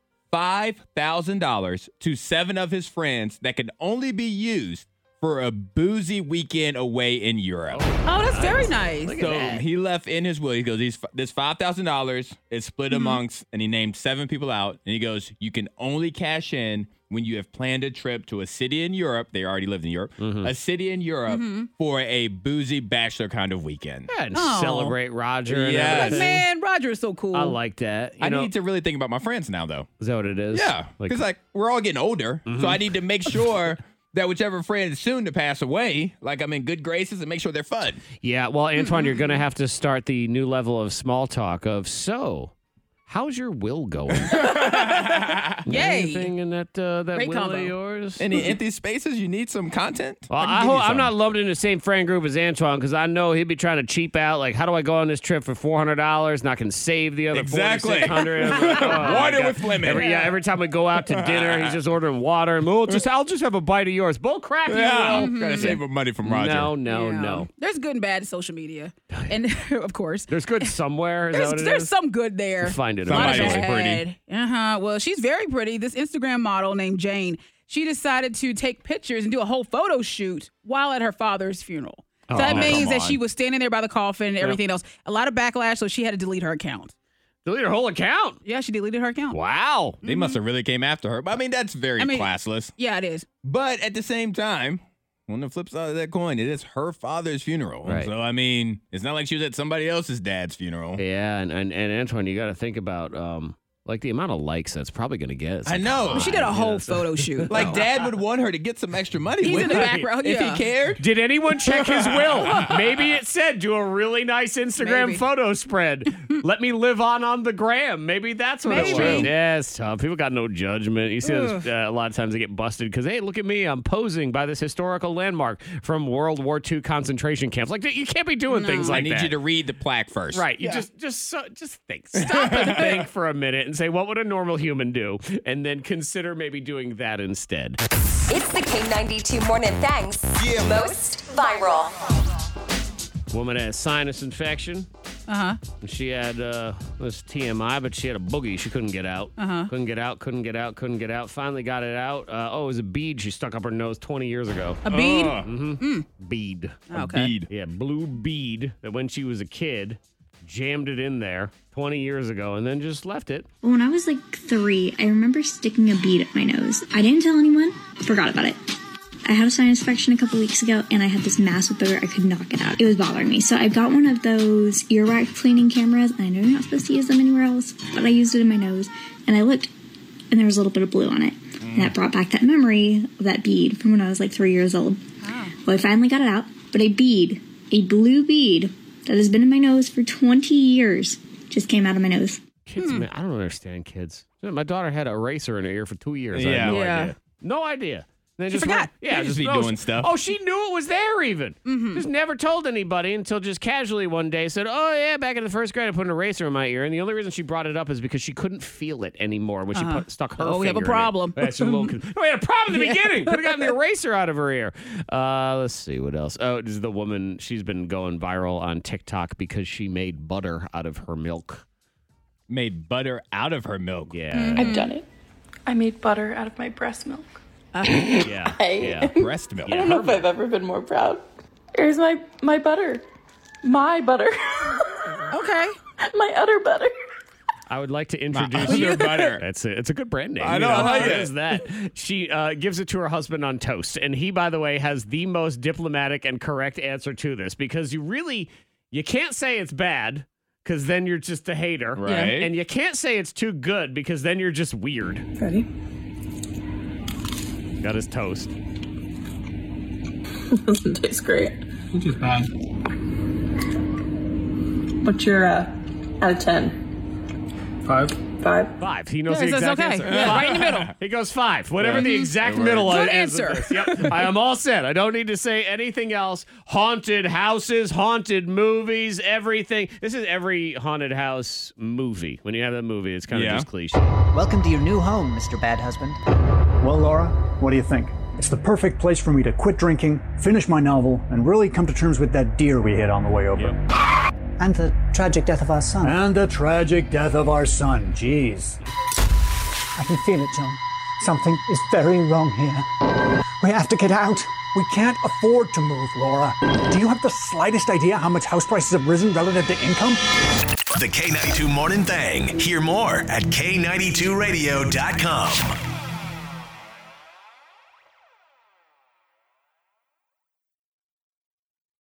S4: $5,000 to seven of his friends that can only be used for a boozy weekend away in Europe.
S5: Oh, that's very nice.
S4: So he left in his will. He goes, "These this five thousand dollars is split amongst," and he named seven people out. And he goes, "You can only cash in when you have planned a trip to a city in Europe. They already lived in Europe.
S2: Mm-hmm.
S4: A city in Europe for a boozy bachelor kind of weekend."
S2: And
S5: Aw.
S2: celebrate Roger. And
S4: Yes.
S5: Like,
S2: everything.
S5: Oh. man, Roger is so cool.
S2: I like that. You
S4: I
S2: know,
S4: need to really think about my friends now, though.
S2: is that what it is?
S4: Yeah,
S2: Like, Mm-hmm.
S4: because like, we're all getting older, so I need
S2: *laughs*
S4: to make sure. That whichever friend is soon to pass away, like I'm in good graces and make sure they're fun.
S5: Mm-hmm.
S2: yeah. Well, Antoine, you're going to have to start the new level of small talk of so. How's your will going?
S5: *laughs* Yay.
S2: Anything in that uh, that
S5: Great
S2: will
S5: combo.
S2: of yours? *laughs*
S4: Any empty spaces? You need some content?
S2: Well,
S4: can
S2: I
S4: give you
S2: hope, I'm
S4: some.
S2: not lumped in the same friend group as Antoine because I know he'd be trying to cheap out. Like, how do I go on this trip for four hundred dollars and I can save the other
S4: Exactly.
S2: forty six hundred? oh, *laughs*
S4: Water with lemon.
S2: Every yeah, every time we go out to *laughs* dinner, he's just ordering water. And, oh, just I'll just have a bite of yours. Bull crap, you
S4: Yeah,
S2: will.
S4: gotta save up money from Roger.
S2: No, no,
S5: Yeah.
S2: no.
S5: There's good and bad to social media. And *laughs* of course,
S2: There's good somewhere. Is that
S5: there's,
S2: what it
S5: there's
S2: is?
S5: some good there.
S2: Find it.
S5: A lot of
S4: Somebody was
S2: eventually.
S4: pretty.
S5: Uh huh. Well, she's very pretty. This Instagram model named Jane, she decided to take pictures and do a whole photo shoot while at her father's funeral. So that
S2: Oh,
S5: means
S4: come
S5: that
S4: on.
S5: she was standing there by the coffin and everything else. A lot of backlash, so she had to delete her account.
S2: Delete her whole account.
S5: Yeah, she deleted her account.
S2: Wow.
S5: Mm.
S4: They must have really came after her. But I mean, that's very
S5: I mean-
S4: classless.
S5: Yeah, it is.
S4: But at the same time, on the flip side of that coin, it is her father's funeral.
S2: Right.
S4: So I mean, it's not like she was at somebody else's dad's funeral.
S2: Yeah, and and, and Antoine, you got to think about um like the amount of likes that's probably going to get. It's
S4: I
S2: like,
S4: know.
S5: She did a whole photo
S2: *laughs*
S5: shoot.
S4: Like dad would want her to get some extra money.
S5: He's in
S4: wouldn't
S5: the
S4: he?
S5: back row.
S4: If
S5: yeah.
S4: he cared.
S2: Did anyone check his
S5: *laughs*
S2: will? Maybe it said do a really nice Instagram
S5: Maybe.
S2: photo spread. Let me live on on the gram. Maybe that's what it was.
S5: Maybe.
S2: Yeah, it's tough. People got no judgment. You see this, uh, a lot of times they get busted because hey, look at me, I'm posing by this historical landmark from World War II concentration camps. Like you can't be doing things like
S4: I need
S2: that.
S4: you to read the plaque first.
S2: Right. You just just so, just think. Stop and think for a minute and say what would a normal human do and then consider maybe doing that instead.
S6: It's the K92 Morning Thang's most viral.
S2: Woman had sinus infection.
S5: Uh-huh.
S2: And she had uh it was TMI, but she had a boogie. She couldn't get out. Uh-huh. Couldn't get out, couldn't get out, couldn't get out. Finally got it out. Uh, oh, it was a bead she stuck up her nose 20 years ago.
S5: A bead.
S2: bead.
S5: okay.
S4: Indeed.
S2: Yeah, blue bead that when she was a kid jammed it in there 20 years ago and then just left it.
S10: When I was like three, I remember sticking a bead up my nose. I didn't tell anyone, forgot about it. I had a sinus infection a couple weeks ago and I had this massive booger. I could not get out. It was bothering me. So I got one of those earwax cleaning cameras. I know you're not supposed to use them anywhere else, but I used it in my nose and I looked and there was a little bit of blue on it. And that brought back that memory of that bead from when I was like three years old. Well, I finally got it out, but a bead, a blue bead that has been in my nose for 20 years, just came out of my nose.
S2: Kids, man, I don't understand kids. My daughter had a eraser in her ear for two years. I
S4: Yeah.
S2: had no
S5: Yeah.
S2: idea. No idea. They just
S5: forgot.
S2: went- yeah,
S4: They just be
S2: oh,
S4: doing stuff.
S2: Oh, she knew it was there even.
S5: Mm-hmm.
S2: Just never told anybody until just casually one day said, "Oh yeah, back in the first grade, I put an eraser in my ear." And the only reason she brought it up is because she couldn't feel it anymore when she put, stuck her.
S5: Oh, we have a
S2: finger in it.
S5: problem.
S2: Yeah, she's a little con- no, we had a problem
S5: *laughs*
S2: in the beginning. Could have gotten the eraser out of her ear. Uh, let's see what else. Oh, this is the woman. She's been going viral on TikTok because she made butter out of her milk.
S4: Made butter out of her milk.
S2: Yeah.
S11: I've done
S2: Mm-hmm.
S11: it. I made butter out of my breast milk.
S2: Oh. Yeah.
S11: *laughs* I,
S2: Yeah.
S4: Breast milk.
S11: I don't know if I've ever been more proud. Here's my my butter, my butter,
S5: Okay.
S11: my utter butter.
S2: I would like to
S4: *laughs*
S2: introduce
S4: Utter butter.
S2: That's it. It's a good brand name.
S4: I know, I like
S2: What
S4: it.
S2: is that? She uh, gives it to her husband on toast, and he, by the way, has the most diplomatic and correct answer to this because you really you can't say it's bad because then you're just a hater,
S4: Right.
S2: And you can't say it's too good because then you're just weird.
S11: Ready?
S2: Got his toast.
S11: *laughs* Tastes great. What's your uh, out of ten? Five. Five.
S2: Five. He knows the
S5: Yeah, he says
S2: exact
S5: okay.
S2: answer.
S5: Yeah, right in the middle.
S2: He goes five. Whatever
S4: Yeah.
S2: the exact
S4: It
S2: middle
S5: works. Good
S2: of
S5: answer.
S2: this. *laughs* Yep. I am all set. I don't need to say anything else. Haunted houses, haunted movies, everything. This is every haunted house movie. When you have that movie, it's kind of
S4: Yeah.
S2: just cliche.
S12: Welcome to your new home, Mr. Bad Husband. Well, Laura, what do you think? It's the perfect place for me to quit drinking, finish my novel, and really come to terms with that deer we hit on the way over. And the tragic death of our son. And the tragic death of our son. Jeez. I can feel it, John. Something is very wrong here. We have to get out. We can't afford to move, Laura. Do you have the slightest idea how much house prices have risen relative to income?
S1: The K92 Morning Thang. Hear more at K92Radio.com.